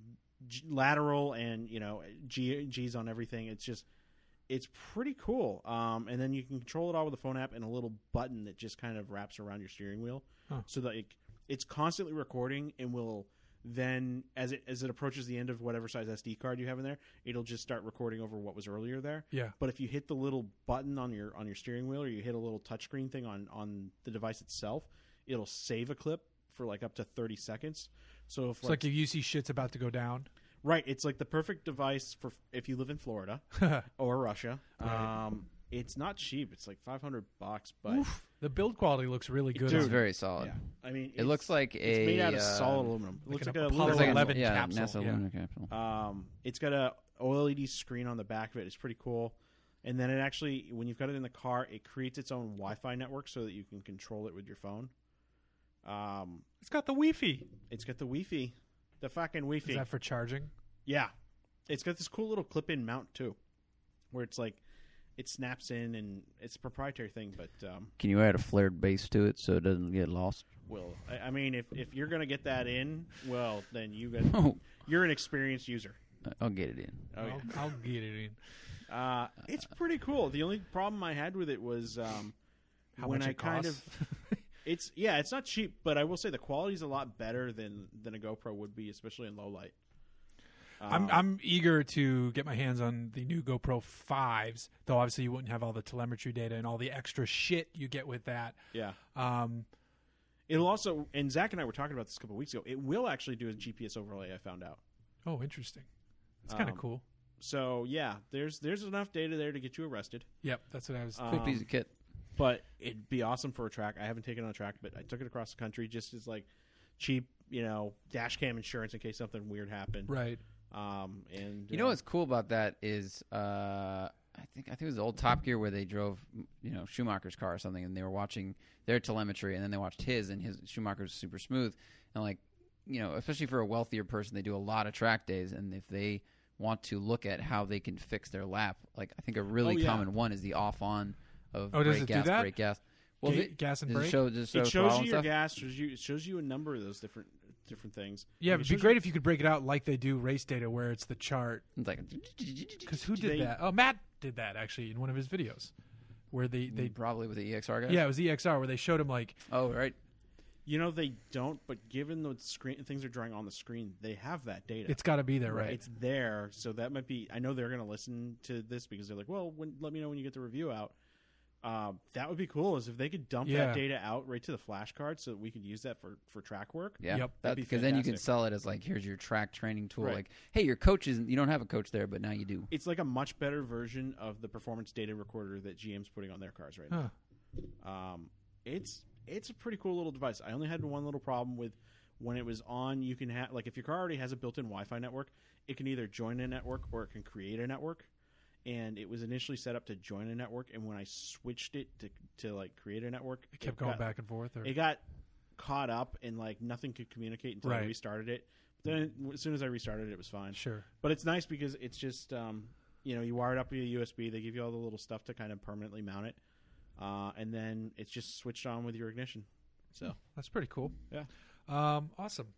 Speaker 1: g- lateral and you know G- G's on everything. It's just it's pretty cool. Um, and then you can control it all with a phone app and a little button that just kind of wraps around your steering wheel,
Speaker 2: Huh.
Speaker 1: so that it, it's constantly recording and will then as it as it approaches the end of whatever size SD card you have in there, it'll just start recording over what was earlier there.
Speaker 2: Yeah.
Speaker 1: But if you hit the little button on your on your steering wheel or you hit a little touchscreen thing on on the device itself, it'll save a clip for like up to 30 seconds. So if
Speaker 2: It's like if you see shit's about to go down.
Speaker 1: right, it's like the perfect device for if you live in Florida or Russia. Um it's not cheap. It's like 500 bucks, but
Speaker 2: The build quality looks really good.
Speaker 3: It's
Speaker 1: Dude.
Speaker 3: very solid.
Speaker 1: yeah. I mean,
Speaker 3: It looks like a
Speaker 1: it's made out of
Speaker 3: uh,
Speaker 1: solid aluminum. It looks
Speaker 2: like an
Speaker 1: like a
Speaker 2: Apollo
Speaker 1: little
Speaker 3: It's like an-
Speaker 2: 11
Speaker 3: yeah,
Speaker 2: capsule,
Speaker 3: NASA
Speaker 2: yeah.
Speaker 3: lunar capsule.
Speaker 1: Um, it's got a OLED screen on the back of it. It's pretty cool. And then it actually, when you've got it in the car, it creates its own Wi-Fi network so that you can control it with your phone. Um,
Speaker 2: It's got the Wi-Fi.
Speaker 1: it's got the Wi-Fi, the fucking
Speaker 2: Is
Speaker 1: Wi-Fi.
Speaker 2: that for charging?
Speaker 1: yeah, it's got this cool little clip-in mount too, where it's like it snaps in and it's a proprietary thing. But um,
Speaker 3: Can you add a flared base to it so it doesn't get lost?
Speaker 1: well, I, I mean, if if you're gonna get that in, well, then you got
Speaker 3: Oh,
Speaker 1: you're an experienced user.
Speaker 3: I'll get it in.
Speaker 1: Oh, yeah.
Speaker 2: I'll, I'll get it in.
Speaker 1: Uh, it's pretty cool. The only problem I had with it was um,
Speaker 2: How
Speaker 1: when
Speaker 2: much
Speaker 1: I
Speaker 2: it
Speaker 1: kind
Speaker 2: costs?
Speaker 1: of it's yeah, it's not cheap, but I will say the quality's a lot better than than a GoPro would be, especially in low light. Uh,
Speaker 2: I'm I'm eager to get my hands on the new GoPro fives, though obviously you wouldn't have all the telemetry data and all the extra shit you get with that.
Speaker 1: Yeah,
Speaker 2: Um,
Speaker 1: It'll also, and Zach and I were talking about this a couple weeks ago. It will actually do a GPS overlay. I found out.
Speaker 2: Oh, interesting. It's kind of
Speaker 1: Um,
Speaker 2: cool.
Speaker 1: So yeah, there's there's enough data there to get you arrested.
Speaker 2: Yep, that's what I was.
Speaker 3: Cool
Speaker 1: Um,
Speaker 3: piece of kit.
Speaker 1: but it'd be awesome for a track. I haven't taken it on a track, but I took it across the country just as like cheap, you know, dash cam insurance in case something weird happened.
Speaker 2: right.
Speaker 1: Um, and
Speaker 3: You know
Speaker 1: uh,
Speaker 3: what's cool about that is uh, I think I think it was the old Top Gear where they drove you know Schumacher's car or something, and they were watching their telemetry, and then they watched his, and his Schumacher's was super smooth, and like you know, especially for a wealthier person, they do a lot of track days, and if they want to look at how they can fix their lap, like I think a really
Speaker 1: Oh, yeah.
Speaker 3: common one is the off on of
Speaker 2: Oh, does
Speaker 3: brake
Speaker 2: it do
Speaker 3: gas,
Speaker 2: that?
Speaker 3: brake gas. Well,
Speaker 2: Well,
Speaker 3: they-
Speaker 2: gas and
Speaker 3: does it
Speaker 2: brake.
Speaker 3: show just show
Speaker 1: it shows
Speaker 3: throttle
Speaker 1: you
Speaker 3: and
Speaker 1: your
Speaker 3: stuff?
Speaker 1: gas, shows you it shows you a number of those different different things.
Speaker 2: yeah,
Speaker 1: And it
Speaker 2: it'd be
Speaker 1: shows
Speaker 2: great if you could break it out like they do race data, where it's the chart.
Speaker 3: It's like
Speaker 2: Because who did
Speaker 1: They-
Speaker 2: that? Oh, Matt did that actually in one of his videos, where they they
Speaker 1: Mm,
Speaker 3: probably with the EXR guys.
Speaker 2: yeah it was EXR where they showed him like
Speaker 3: Oh right.
Speaker 1: You, you know they don't, but given the screen things are drawing on the screen, they have that data.
Speaker 2: it's got to be there, right?
Speaker 1: It's there, so that might be. I know they're going to listen to this because they're like, "Well, when, let me know when you get the review out." Um, that would be cool, is if they could dump
Speaker 2: Yeah.
Speaker 1: that data out right to the flashcard, so that we could use that for for track work.
Speaker 3: Yeah.
Speaker 2: Yep.
Speaker 1: That'd be
Speaker 3: Because then you can
Speaker 1: fantastic.
Speaker 3: sell it as like, here's your track training tool.
Speaker 1: Right.
Speaker 3: Like, hey, your coach isn't. You don't have a coach there, but now you do.
Speaker 1: It's like a much better version of the performance data recorder that GM's putting on their cars right now.
Speaker 2: Huh.
Speaker 1: Um, it's it's a pretty cool little device. I only had one little problem with when it was on. You can have like if your car already has a built-in Wi-Fi network, it can either join a network or it can create a network. And it was initially set up to join a network, and when I switched it to to like create a network,
Speaker 2: It kept going
Speaker 1: got-
Speaker 2: back and forth. Or,
Speaker 1: It got caught up, and like nothing could communicate until I
Speaker 2: Right.
Speaker 1: restarted it. But then as soon as I restarted, it, it was fine.
Speaker 2: sure.
Speaker 1: But it's nice because it's just um, you know you wire it up via USB. They give you all the little stuff to kind of permanently mount it, uh, and then it's just switched on with your ignition. So
Speaker 2: That's pretty cool.
Speaker 1: Yeah.
Speaker 2: Um, awesome.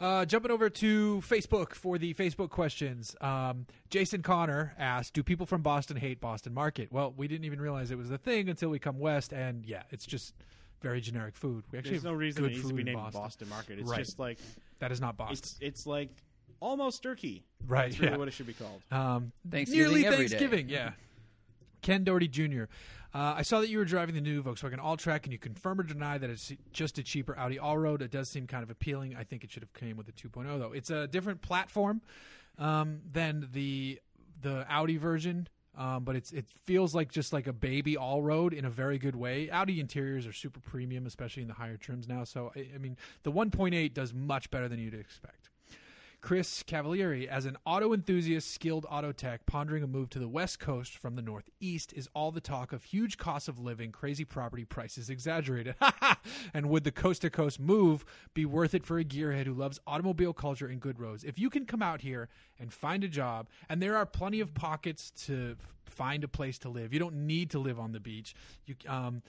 Speaker 2: Uh, jumping over to Facebook for the Facebook questions. Um, Jason Connor asked, "Do people from Boston hate Boston Market?" Well, we didn't even realize it was a thing until we come west, and yeah, it's just very generic food. We actually
Speaker 1: there's
Speaker 2: have
Speaker 1: no reason
Speaker 2: good
Speaker 1: it needs to
Speaker 2: food
Speaker 1: be
Speaker 2: in
Speaker 1: named
Speaker 2: Boston.
Speaker 1: Boston, Market. It's
Speaker 2: Right.
Speaker 1: just like
Speaker 2: That is not Boston,
Speaker 1: it's it's like almost turkey.
Speaker 2: right?
Speaker 1: That's really
Speaker 2: yeah.
Speaker 1: what it should be called.
Speaker 2: Um,
Speaker 3: Thanksgiving
Speaker 2: nearly
Speaker 3: every day. Mm-hmm.
Speaker 2: Thanksgiving. Yeah. Ken Doherty Jr. Uh, I saw that you were driving the new Volkswagen Alltrack. Can you confirm or deny that it's just a cheaper Audi Allroad? It does seem kind of appealing. I think it should have came with the 2.0 though. It's a different platform um, than the the Audi version, um, but it's it feels like just like a baby Allroad in a very good way. Audi interiors are super premium, especially in the higher trims now. So I, I mean, the 1.8 does much better than you'd expect. Chris Cavalieri, as an auto enthusiast, skilled auto tech, pondering a move to the West Coast from the Northeast is all the talk of huge cost of living, crazy property prices exaggerated. and would the coast to coast move be worth it for a gearhead who loves automobile culture and good roads? If you can come out here and find a job, and there are plenty of pockets to f- find a place to live, you don't need to live on the beach. You, um,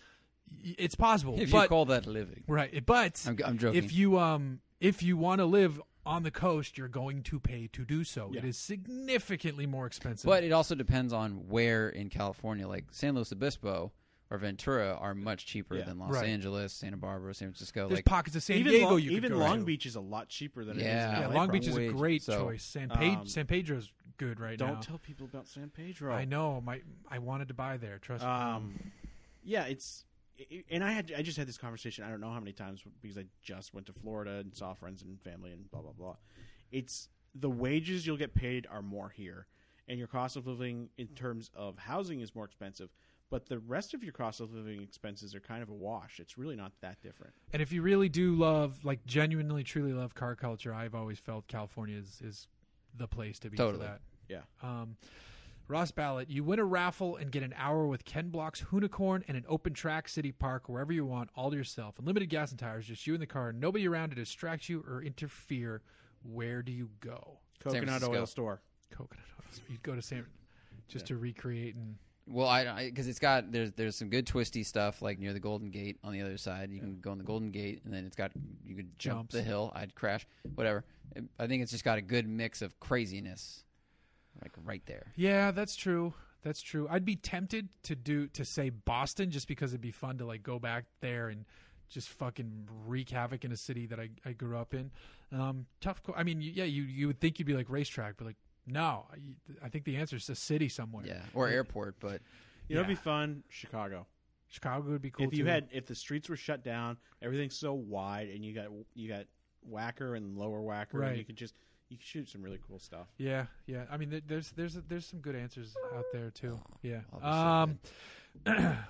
Speaker 2: y- it's possible.
Speaker 3: If
Speaker 2: but,
Speaker 3: you call that living,
Speaker 2: right, but
Speaker 3: I'm, I'm joking.
Speaker 2: if you um if you want to live on the coast, you're going to pay to do so. It
Speaker 1: Yeah.
Speaker 2: is significantly more expensive.
Speaker 3: but it also depends on where in California. Like San Luis Obispo or Ventura are much cheaper
Speaker 1: Yeah.
Speaker 3: than Los
Speaker 2: Right.
Speaker 3: Angeles, Santa Barbara, San Francisco.
Speaker 2: there's
Speaker 3: like,
Speaker 2: pockets of San
Speaker 1: even
Speaker 2: Diego
Speaker 1: Long,
Speaker 2: you could
Speaker 1: even
Speaker 2: go
Speaker 1: Long
Speaker 2: to.
Speaker 1: Beach is a lot cheaper than
Speaker 3: Yeah.
Speaker 1: it is.
Speaker 2: Yeah,
Speaker 1: in LA,
Speaker 2: Long Beach
Speaker 1: probably.
Speaker 2: is a
Speaker 3: Wage,
Speaker 2: great
Speaker 3: so,
Speaker 2: choice. San, Page,
Speaker 1: um,
Speaker 2: San Pedro's good right
Speaker 1: Don't
Speaker 2: now.
Speaker 1: tell people about San Pedro.
Speaker 2: I know. My I wanted to buy there. Trust me.
Speaker 1: Um, yeah, it's i- and I had I just had this conversation. I don't know how many times because I just went to Florida and saw friends and family and blah blah blah. It's the wages you'll get paid are more here, and your cost of living in terms of housing is more expensive. But the rest of your cost of living expenses are kind of a wash. It's really not that different.
Speaker 2: And if you really do love, like genuinely, truly love car culture, I've always felt California is, is the place to be
Speaker 3: Totally.
Speaker 2: for that.
Speaker 1: Yeah.
Speaker 2: Um, Ross Ballot, you win a raffle and get an hour with Ken Block's Hoonicorn and an open track city park wherever you want, all to yourself. Unlimited gas and tires, just you in the car, nobody around to distract you or interfere. Where do you go?
Speaker 1: Coconut
Speaker 3: Francisco.
Speaker 1: oil store.
Speaker 2: Coconut. Oil. You'd go to San, just to recreate and
Speaker 3: Well, I because it's got there's there's some good twisty stuff like near the Golden Gate on the other side. You can go on the Golden Gate, and then it's got you could jump
Speaker 2: Jumps.
Speaker 3: the hill. I'd crash, whatever. I think it's just got a good mix of craziness, like right there.
Speaker 2: Yeah, that's true. That's true. I'd be tempted to do to say Boston just because it'd be fun to like go back there and just fucking wreak havoc in a city that I, I grew up in. Um, tough. Co- I mean, you- yeah, you you would think you'd be like racetrack, but like no, I, I think the answer is a city somewhere.
Speaker 3: Yeah, or airport, but
Speaker 1: You know, it'd be
Speaker 2: Yeah.
Speaker 1: fun. Chicago.
Speaker 2: Chicago would be cool.
Speaker 1: if you
Speaker 2: too.
Speaker 1: had if the streets were shut down, everything's so wide, and you got you got whacker and lower whacker, and you
Speaker 2: Right.
Speaker 1: could just you could shoot some really cool stuff.
Speaker 2: Yeah, yeah. I mean, there- there's there's there's some good answers out there too. Yeah.
Speaker 3: I'll be so
Speaker 2: Um,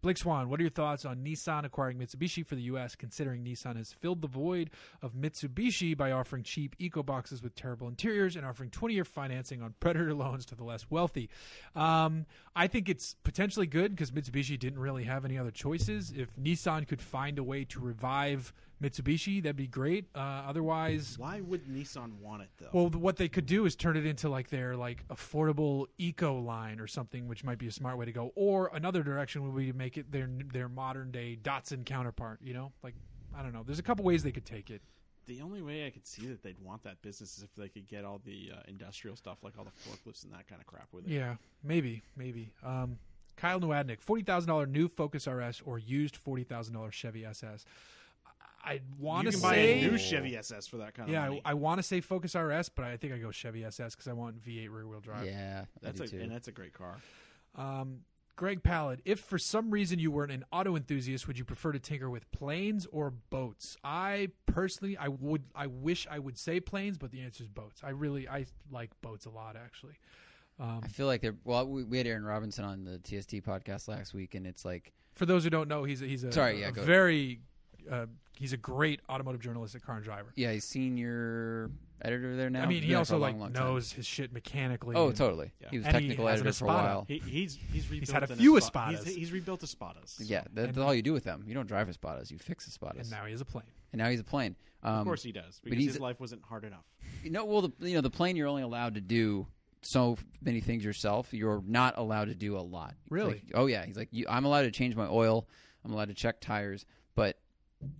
Speaker 2: Blake Swan, what are your thoughts on Nissan acquiring Mitsubishi for the U.S. Considering Nissan has filled the void of Mitsubishi by offering cheap eco boxes with terrible interiors and offering 20-year financing on predator loans to the less wealthy. Um, I think it's potentially good because Mitsubishi didn't really have any other choices. If Nissan could find a way to revive Mitsubishi, that'd be great. Uh, otherwise,
Speaker 1: Why would Nissan want it though?
Speaker 2: well, th- what they could do is turn it into like their like affordable eco line or something, which might be a smart way to go. Or another direction would be to make it their their modern day Datsun counterpart. You know, like I don't know. There's a couple ways they could take it.
Speaker 1: the only way I could see that they'd want that business is if they could get all the uh, industrial stuff, like all the forklifts and that kind of crap with it.
Speaker 2: Yeah, maybe, maybe. Um, Kyle Nwadnik, forty thousand dollar new Focus RS or used forty thousand dollar Chevy SS. I- I want
Speaker 1: You
Speaker 2: to
Speaker 1: can
Speaker 2: say
Speaker 1: buy a new Chevy SS for that kind of
Speaker 2: yeah, I,
Speaker 1: money.
Speaker 2: I want to say Focus RS, but I think I go Chevy SS because I want V8 rear wheel drive.
Speaker 3: Yeah,
Speaker 1: that's
Speaker 3: I
Speaker 1: a,
Speaker 3: do too.
Speaker 1: and that's a great car.
Speaker 2: Um, Greg Pallad, if for some reason you weren't an auto enthusiast, would you prefer to tinker with planes or boats? I personally, I would, I wish I would say planes, but the answer is boats. I really, I like boats a lot, actually. Um,
Speaker 3: I feel like they're well. We, we had Aaron Robinson on the TST podcast last week, and it's like
Speaker 2: for those who don't know, he's a, he's a,
Speaker 3: Sorry, yeah,
Speaker 2: a
Speaker 3: go ahead.
Speaker 2: very, uh, he's a great automotive journalist at Car and Driver.
Speaker 3: yeah, he's senior editor there now.
Speaker 2: I mean, he
Speaker 3: Been there for
Speaker 2: also
Speaker 3: a long,
Speaker 2: like
Speaker 3: long time.
Speaker 2: knows his shit mechanically.
Speaker 3: Oh,
Speaker 2: and-
Speaker 3: totally.
Speaker 1: Yeah.
Speaker 3: He was
Speaker 2: And he
Speaker 3: technical
Speaker 2: has an
Speaker 3: editor for a
Speaker 2: Espada.
Speaker 3: while.
Speaker 1: He, he's he's rebuilt.
Speaker 2: Oh. had a
Speaker 1: an
Speaker 2: few
Speaker 1: Espa-
Speaker 2: Espadas.
Speaker 1: He's, he's rebuilt Espadas.
Speaker 3: Yeah, that-
Speaker 2: and-
Speaker 3: that's all you do with them. You don't drive Espadas, you fix Espadas.
Speaker 2: and now he has a plane.
Speaker 3: And now he's a plane. Um,
Speaker 1: of course he does because
Speaker 3: he's-
Speaker 1: his life wasn't hard enough.
Speaker 3: You know, well, the, you know, the plane you're only allowed to do so many things yourself. You're not allowed to do a lot. He's
Speaker 2: Really?
Speaker 3: like, oh yeah. He's like, you, I'm allowed to change my oil. I'm allowed to check tires, but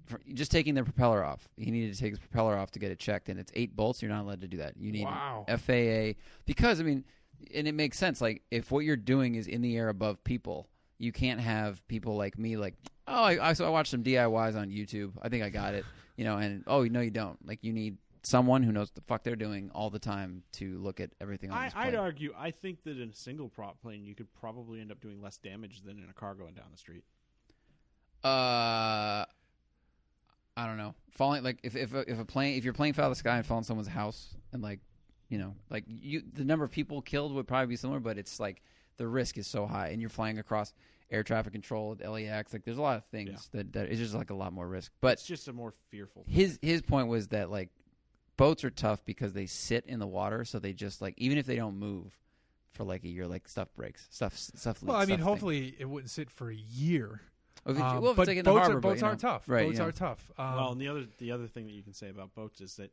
Speaker 3: for just taking the propeller off, he needed to take his propeller off to get it checked, and it's eight bolts. You're not allowed to do that. You need
Speaker 2: Wow.
Speaker 3: FAA because I mean, and it makes sense. Like if what you're doing is in the air above people, you can't have people like me. Like oh, I, I so I watched some DIYs on YouTube. I think I got it. You know, and oh no, you don't. Like you need someone who knows what the fuck they're doing all the time to look at everything on
Speaker 1: I,
Speaker 3: this
Speaker 1: I'd
Speaker 3: plane.
Speaker 1: argue. I think that in a single prop plane, you could probably end up doing less damage than in a car going down the street.
Speaker 3: Uh, I don't know. Falling like if if a, if a plane if your plane fell out of the sky and fell in someone's house and like you know like you the number of people killed would probably be similar, but it's like the risk is so high, and you're flying across air traffic control at LAX. Like there's a lot of things that that it's just like a lot more risk. But
Speaker 1: It's just a more fearful.
Speaker 3: his his point was that like boats are tough because they sit in the water, so they just like even if they don't move for like a year, like stuff breaks, stuff stuff.
Speaker 2: Well, I
Speaker 3: leaks,
Speaker 2: mean,
Speaker 3: stuff things.
Speaker 2: hopefully it wouldn't sit for a year.
Speaker 3: Well, if it-
Speaker 2: Um,
Speaker 3: well, if
Speaker 2: but
Speaker 3: it's like in the
Speaker 2: boats
Speaker 3: harbor,
Speaker 2: are
Speaker 3: but,
Speaker 2: boats
Speaker 3: you know,
Speaker 2: are tough.
Speaker 3: right?
Speaker 2: boats
Speaker 3: you know.
Speaker 2: are tough. Um,
Speaker 1: well, and the other the other thing that you can say about boats is that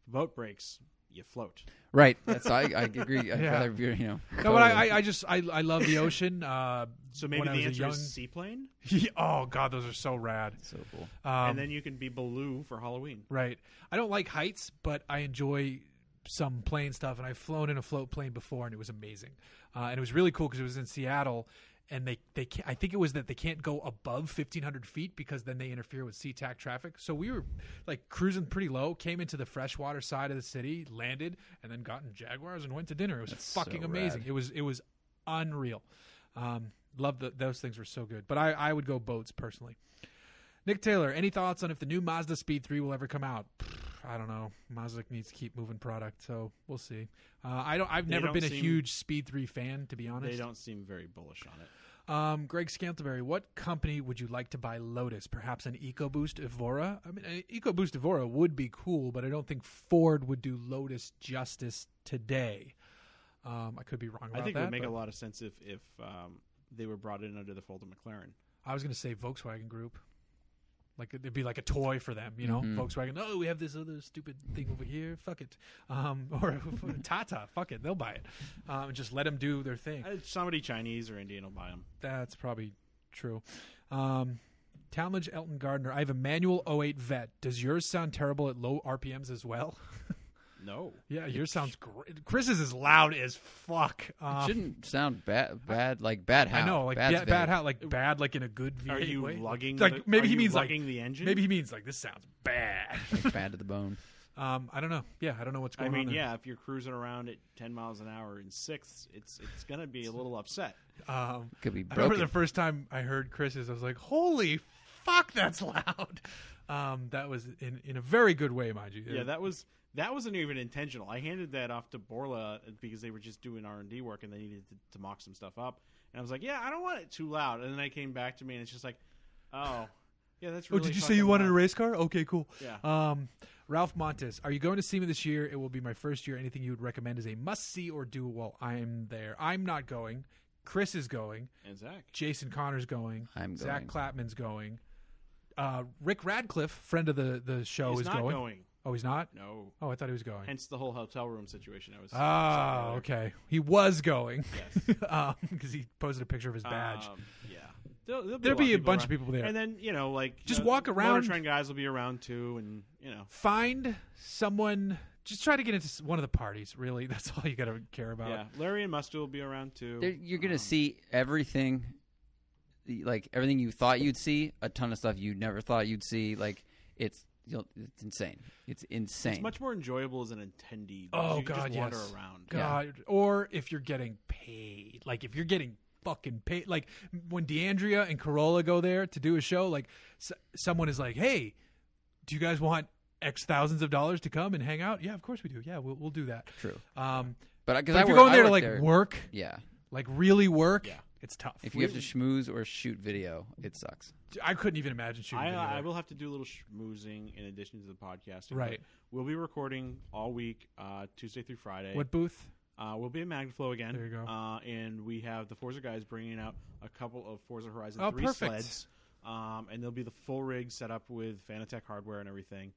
Speaker 1: if a boat breaks, you float.
Speaker 3: Right. That's I, I agree. I'd
Speaker 2: Yeah.
Speaker 3: rather be, you know.
Speaker 2: No, but I,
Speaker 3: totally.
Speaker 2: I, I just I, I love the ocean. Uh,
Speaker 1: So maybe
Speaker 2: when I
Speaker 1: the
Speaker 2: was a
Speaker 1: answer
Speaker 2: young,
Speaker 1: is seaplane,
Speaker 2: oh god, those are so rad.
Speaker 3: so cool.
Speaker 2: Um,
Speaker 1: and then you can be Baloo for Halloween.
Speaker 2: right, I don't like heights, but I enjoy some plane stuff, and I've flown in a float plane before, and it was amazing, uh, and it was really cool because it was in Seattle. And they, they can't, I think it was that they can't go above 1,500 feet because then they interfere with SeaTac traffic. So we were like cruising pretty low, came into the freshwater side of the city, landed, and then got in Jaguars and went to dinner. It was
Speaker 3: That's
Speaker 2: fucking
Speaker 3: so
Speaker 2: amazing.
Speaker 3: rad.
Speaker 2: It was it was unreal. Um, love the, those things were so good. But I, I would go boats personally. Nick Taylor, any thoughts on if the new Mazda Speed 3 will ever come out? Pfft, I don't know. Mazda needs to keep moving product, so we'll see. Uh, I don't. I've
Speaker 1: They
Speaker 2: never
Speaker 1: don't
Speaker 2: been a
Speaker 1: seem-
Speaker 2: huge Speed 3 fan, to be
Speaker 1: They
Speaker 2: honest.
Speaker 1: don't seem very bullish on it.
Speaker 2: Um, Greg Scantleberry, what company would you like to buy Lotus? Perhaps an EcoBoost Evora? I mean, an EcoBoost Evora would be cool, but I don't think Ford would do Lotus justice today. Um, I could be wrong about
Speaker 1: I think
Speaker 2: that.
Speaker 1: it would make
Speaker 2: but-
Speaker 1: a lot of sense if if um, they were brought in under the fold of McLaren.
Speaker 2: I was going to say Volkswagen Group. Like it'd be like a toy for them, you know.
Speaker 3: Mhm.
Speaker 2: Volkswagen. Oh, we have this other stupid thing over here. Fuck it. Um, or Tata. Fuck it. They'll buy it. Um, just let them do their thing.
Speaker 1: Uh, Somebody Chinese or Indian will buy them.
Speaker 2: That's probably true. Um, Talmadge Elton Gardner. I have a manual 08 Vet. Does yours sound terrible at low RPMs as well?
Speaker 1: No,
Speaker 2: yeah, yours sounds great. Chris's is loud as fuck.
Speaker 3: it
Speaker 2: Um,
Speaker 3: shouldn't sound bad. Bad like bad. How
Speaker 2: I know, like
Speaker 3: Bad's
Speaker 2: bad, bad how, like bad, like in a good V8
Speaker 1: are you
Speaker 2: way.
Speaker 1: lugging?
Speaker 2: Like
Speaker 1: the,
Speaker 2: maybe
Speaker 1: are
Speaker 2: he
Speaker 1: you
Speaker 2: means like
Speaker 1: lugging the engine.
Speaker 2: maybe he means like this sounds bad.
Speaker 3: like, bad to the bone.
Speaker 2: Um, I don't know. Yeah, I don't know what's
Speaker 1: I
Speaker 2: going on.
Speaker 1: mean,
Speaker 2: there.
Speaker 1: yeah, if you're cruising around at 10 miles an hour in sixths, it's it's gonna be a little upset.
Speaker 2: Um,
Speaker 3: Could be
Speaker 2: I remember
Speaker 3: broken.
Speaker 2: the first time I heard Chris's, I was like, "Holy fuck, that's loud!" Um, that was in in a very good way, mind you.
Speaker 1: Yeah, that was that wasn't even intentional. I handed that off to Borla because they were just doing R and D work and they needed to, to mock some stuff up. And I was like, yeah, I don't want it too loud. And then I came back to me and it's just like, oh, yeah, that's.
Speaker 2: oh,
Speaker 1: Really
Speaker 2: did you say you
Speaker 1: fucking
Speaker 2: wanted
Speaker 1: loud.
Speaker 2: a race car? Okay, cool.
Speaker 1: Yeah.
Speaker 2: Um, Ralph Montes, are you going to see me this year? It will be my first year. Anything you would recommend is a must see or do while I'm there. I'm not going. Chris is going.
Speaker 1: And Zach,
Speaker 2: Jason Connor's going.
Speaker 3: I'm
Speaker 2: Zach
Speaker 3: going.
Speaker 2: Clapman's going. Uh, Rick Radcliffe, friend of the, the show,
Speaker 1: he's
Speaker 2: is
Speaker 1: not
Speaker 2: going.
Speaker 1: going.
Speaker 2: Oh, he's not?
Speaker 1: No,
Speaker 2: Oh, I thought he was going.
Speaker 1: hence the whole hotel room situation. I was.
Speaker 2: Oh, okay. He was going
Speaker 1: Yes.
Speaker 2: because he posted a picture of his badge.
Speaker 1: Um, yeah. There'll, there'll
Speaker 2: There'll
Speaker 1: lot
Speaker 2: be a bunch
Speaker 1: around.
Speaker 2: of people there.
Speaker 1: and then you know, like
Speaker 2: Just
Speaker 1: uh,
Speaker 2: walk around.
Speaker 1: Motor Trend guys will be around too, and you know,
Speaker 2: Find someone. Just try to get into s- one of the parties. Really, that's all you got to care about.
Speaker 1: yeah, Larry and Musto will be around too. Um,
Speaker 3: There, you're
Speaker 2: Um,
Speaker 3: gonna see everything, like everything you thought you'd see. A ton of stuff you never thought you'd see. Like it's you'll, it's insane. It's insane.
Speaker 1: It's much more enjoyable as an attendee. because
Speaker 2: Oh
Speaker 1: you can
Speaker 2: God,
Speaker 1: just wander
Speaker 2: yes.
Speaker 1: around.
Speaker 2: God, or if you're getting paid. Like if you're getting fucking paid. Like when Deandria and Corolla go there to do a show, like s- someone is like, "Hey, do you guys want X thousands of dollars to come and hang out?" Yeah, of course we do. Yeah, we'll, we'll do that.
Speaker 3: True.
Speaker 2: Um,
Speaker 3: but because
Speaker 2: but if
Speaker 3: I
Speaker 2: you're
Speaker 3: work-
Speaker 2: going
Speaker 3: I
Speaker 2: there to like
Speaker 3: work
Speaker 2: work,
Speaker 3: yeah.
Speaker 2: like really work,
Speaker 1: Yeah.
Speaker 2: it's tough.
Speaker 3: If you have to schmooze or shoot video, it sucks.
Speaker 2: I couldn't even imagine shooting.
Speaker 1: I,
Speaker 2: video
Speaker 1: I
Speaker 2: there.
Speaker 1: will have to do a little schmoozing in addition to the podcasting. but
Speaker 2: Right.
Speaker 1: We'll be recording all week, uh, Tuesday through Friday.
Speaker 2: What booth?
Speaker 1: Uh, we'll be at Magnaflow again.
Speaker 2: There you go.
Speaker 1: Uh, and we have the Forza guys bringing out a couple of Forza Horizon
Speaker 2: Oh,
Speaker 1: 3
Speaker 2: perfect.
Speaker 1: sleds. Um, and there'll be the full rig set up with Fanatec hardware and everything.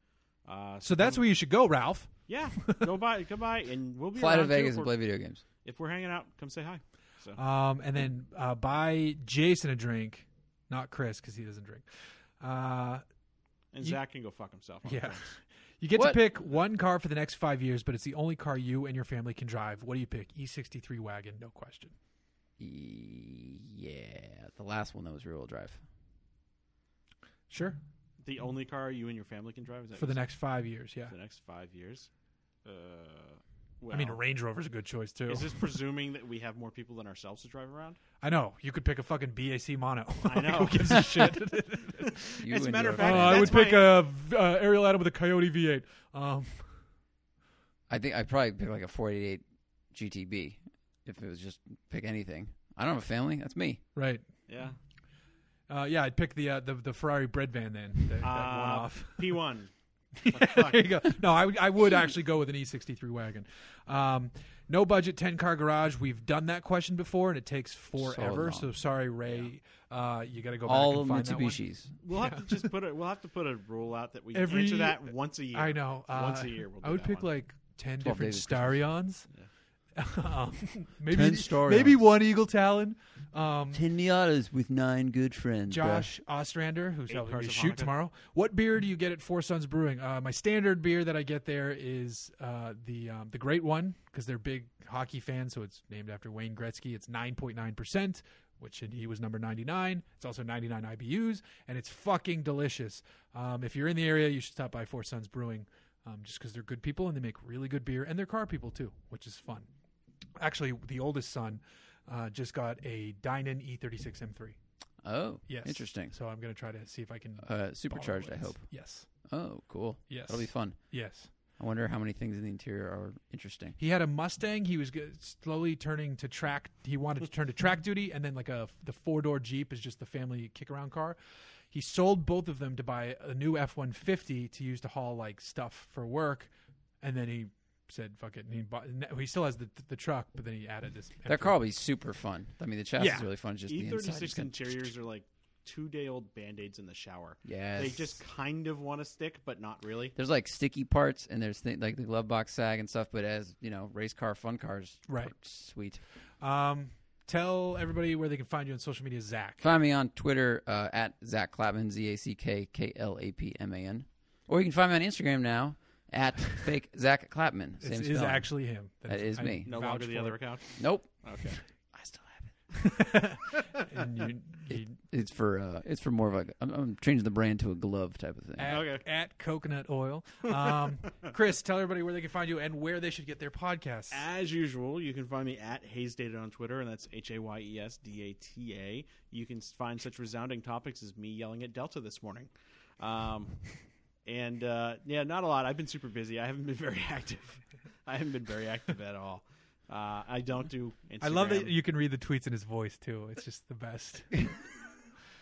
Speaker 1: Uh,
Speaker 2: So that's where you should go, Ralph.
Speaker 1: yeah, go by, go by, and we'll be
Speaker 3: Fly to
Speaker 1: around, too,
Speaker 3: Vegas
Speaker 1: if
Speaker 3: and
Speaker 1: we're-
Speaker 3: play video games.
Speaker 1: If we're hanging out, come say hi. So
Speaker 2: Um, and then uh, buy Jason a drink, not Chris because he doesn't drink. Uh,
Speaker 1: and
Speaker 2: you-
Speaker 1: Zach can go fuck himself. I'm
Speaker 2: yeah.
Speaker 1: drunk.
Speaker 2: You get to
Speaker 3: What?
Speaker 2: pick one car for the next five years, but it's the only car you and your family can drive. What do you pick? E63 wagon, no question.
Speaker 3: E- Yeah, the last one that was rear wheel drive.
Speaker 2: Sure.
Speaker 1: The only car you and your family can drive is that
Speaker 2: For the
Speaker 1: you
Speaker 2: next five years, yeah.
Speaker 1: said? the next five years. Uh, well,
Speaker 2: I mean, a Range Rover's a good choice too.
Speaker 1: is this presuming that we have more people than ourselves to drive around?
Speaker 2: I know you could pick a fucking BAC Mono.
Speaker 1: I know.
Speaker 2: Who gives a shit?
Speaker 3: You
Speaker 1: As a
Speaker 3: and
Speaker 1: matter
Speaker 3: your
Speaker 1: of
Speaker 2: Uh,
Speaker 1: fact,
Speaker 3: family.
Speaker 2: I
Speaker 1: that's
Speaker 2: would pick a v- uh, Ariel Adam with a Coyote V8. Um,
Speaker 3: I think I'd probably pick like a 48 GTB if it was just pick anything. I don't have a family. That's me.
Speaker 2: right.
Speaker 1: Yeah.
Speaker 2: Uh, yeah, I'd pick the, uh, the the Ferrari bread van then. That, that
Speaker 1: Uh,
Speaker 2: one off.
Speaker 1: P1.
Speaker 2: there you go. No, I would I would actually go with an E63 wagon. Um, no budget, ten car garage. We've done that question before, and it takes forever.
Speaker 3: long.
Speaker 2: So, sorry, Ray. Uh, you got to go back
Speaker 3: All
Speaker 2: and find that one.
Speaker 3: Mitsubishis.
Speaker 1: We'll have to just put a we'll have to put a rule out that we
Speaker 2: Every-
Speaker 1: answer that once a year.
Speaker 2: I know. Uh,
Speaker 1: Once a year, we'll
Speaker 2: I
Speaker 1: do
Speaker 2: would
Speaker 1: that
Speaker 2: pick
Speaker 1: one.
Speaker 2: like ten
Speaker 3: 12
Speaker 2: different
Speaker 3: days of
Speaker 2: Starions.
Speaker 3: Christmas.
Speaker 2: um, maybe
Speaker 3: 10 Starions.
Speaker 2: maybe one Eagle Talon. Um,
Speaker 3: 10 Miatas with nine good friends.
Speaker 2: Josh Ostrander, who's
Speaker 1: Eight
Speaker 2: helping
Speaker 1: cars
Speaker 2: me
Speaker 1: of
Speaker 2: shoot
Speaker 1: Hanukkah.
Speaker 2: tomorrow. What beer do you get at Four Sons Brewing? Uh, my standard beer that I get there is uh, the um, the Great One because they're big hockey fans, so it's named after Wayne Gretzky. It's nine point nine percent, which and he was number ninety nine. It's also ninety nine IBUs, and it's fucking delicious. Um, if you're in the area, you should stop by Four Sons Brewing, um, just because they're good people and they make really good beer, and they're car people too, which is fun. Actually, the oldest son uh, just got a Dynan E E36 M3.
Speaker 3: Oh,
Speaker 2: Yes.
Speaker 3: interesting.
Speaker 2: So I'm going to try to see if I can
Speaker 3: Uh,
Speaker 2: borrow
Speaker 3: supercharged, I
Speaker 2: his.
Speaker 3: hope.
Speaker 2: Yes.
Speaker 3: Oh, cool.
Speaker 2: Yes.
Speaker 3: That'll be fun.
Speaker 2: Yes.
Speaker 3: I wonder how many things in the interior are interesting.
Speaker 2: He had a Mustang. He was g- slowly turning to track. He wanted to turn to track duty, and then like a the four door Jeep is just the family kick around car. He sold both of them to buy a new F one fifty to use to haul like stuff for work, and then he said fuck it. And he bought. and He still has the the truck, but then he added this. M3.
Speaker 3: That car will be super fun. I mean, the chassis
Speaker 2: Yeah. E
Speaker 3: is really fun. It's Just the inside.
Speaker 1: E36
Speaker 3: just gonna-
Speaker 1: interiors are like two day old band aids in the shower.
Speaker 3: Yes.
Speaker 1: They just kind of want to stick, but not really.
Speaker 3: There's like sticky parts and there's th- like the glove box sag and stuff, but as you know, race car fun cars,
Speaker 2: Right.
Speaker 3: are Sweet.
Speaker 2: Um, tell everybody where they can find you on social media, Zach.
Speaker 3: Find me on Twitter uh, at Zach Clapman, Z A C K K L A P M A N, or you can find me on Instagram now at fake Zach Clapman. Same
Speaker 2: It is
Speaker 3: spelling.
Speaker 2: actually him.
Speaker 3: That is me.
Speaker 1: No
Speaker 2: vouch
Speaker 1: longer the
Speaker 2: for
Speaker 1: other
Speaker 2: it.
Speaker 1: account.
Speaker 3: nope.
Speaker 1: Okay.
Speaker 3: I still have it. And you- it- it's for uh, it's for more of like I'm, I'm changing the brand to a glove type of thing.
Speaker 2: at,
Speaker 4: Okay.
Speaker 2: at coconut oil. Um, Chris, tell everybody where they can find you and where they should get their podcasts.
Speaker 1: As usual, you can find me at Hayes Data on Twitter, and that's H A Y E S D A T A. You can s- find such resounding topics as me yelling at Delta this morning. Um, and uh, yeah, not a lot. I've been super busy. I haven't been very active. I haven't been very active at all. Uh, I don't do. Instagram.
Speaker 2: I love that you can read the tweets in his voice too. It's just the best.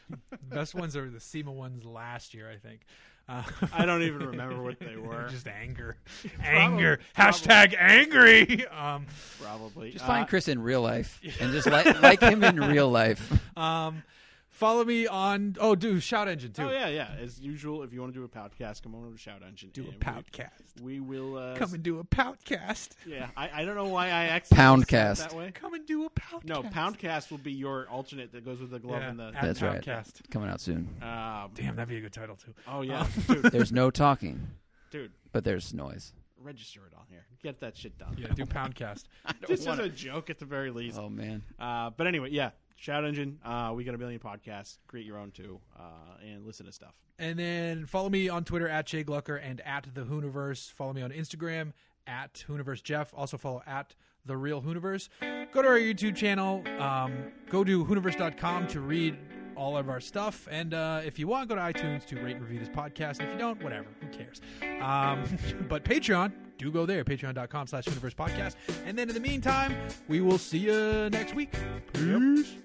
Speaker 2: the best ones are the SEMA ones last year, I think. Uh,
Speaker 1: I don't even remember what they were.
Speaker 2: just anger,
Speaker 1: Probably-
Speaker 2: anger.
Speaker 1: probably.
Speaker 2: Hashtag angry. Um,
Speaker 1: Probably
Speaker 3: Just
Speaker 1: Uh,
Speaker 3: find Chris in real life and just like like him in real life.
Speaker 2: um, follow me on. Oh, do shout engine too.
Speaker 1: Oh yeah, yeah. As usual, if you want to do a podcast, come on over to Shout Engine.
Speaker 2: Do
Speaker 1: and
Speaker 2: a
Speaker 1: we-
Speaker 2: podcast.
Speaker 1: We, will. Uh,
Speaker 2: Come and do a podcast.
Speaker 1: yeah, I, I don't know why I accidentally
Speaker 3: Poundcast.
Speaker 1: said it that way.
Speaker 2: Come and do a podcast.
Speaker 1: No, Poundcast will be your alternate that goes with the glove
Speaker 2: Yeah,
Speaker 1: and the.
Speaker 2: at
Speaker 3: That's right.
Speaker 2: Poundcast.
Speaker 3: Coming out soon.
Speaker 1: Um,
Speaker 2: Damn, that'd be a good title too.
Speaker 1: Oh yeah, dude,
Speaker 3: There's no talking,
Speaker 1: dude,
Speaker 3: but there's noise.
Speaker 1: register it on here. Get that shit done.
Speaker 2: Yeah, do Poundcast.
Speaker 1: This is a joke at the very least.
Speaker 3: Oh man,
Speaker 1: Uh, but anyway, yeah, Shout Engine. Uh, we got a million podcasts. Create your own too, uh, and listen to stuff.
Speaker 2: And then follow me on Twitter at Jay Glucker and at the Hooniverse. Follow me on Instagram at Hooniverse Jeff. Also follow at the Real Hooniverse. Go to our YouTube channel. Um, go to Hooniverse.com to read all of our stuff. And uh, if you want, go to iTunes to rate and review this podcast. If you don't, whatever. Who cares? Um, but Patreon, do go there. Patreon.com slash Hooniverse Podcast. And then in the meantime, we will see you next week. Peace.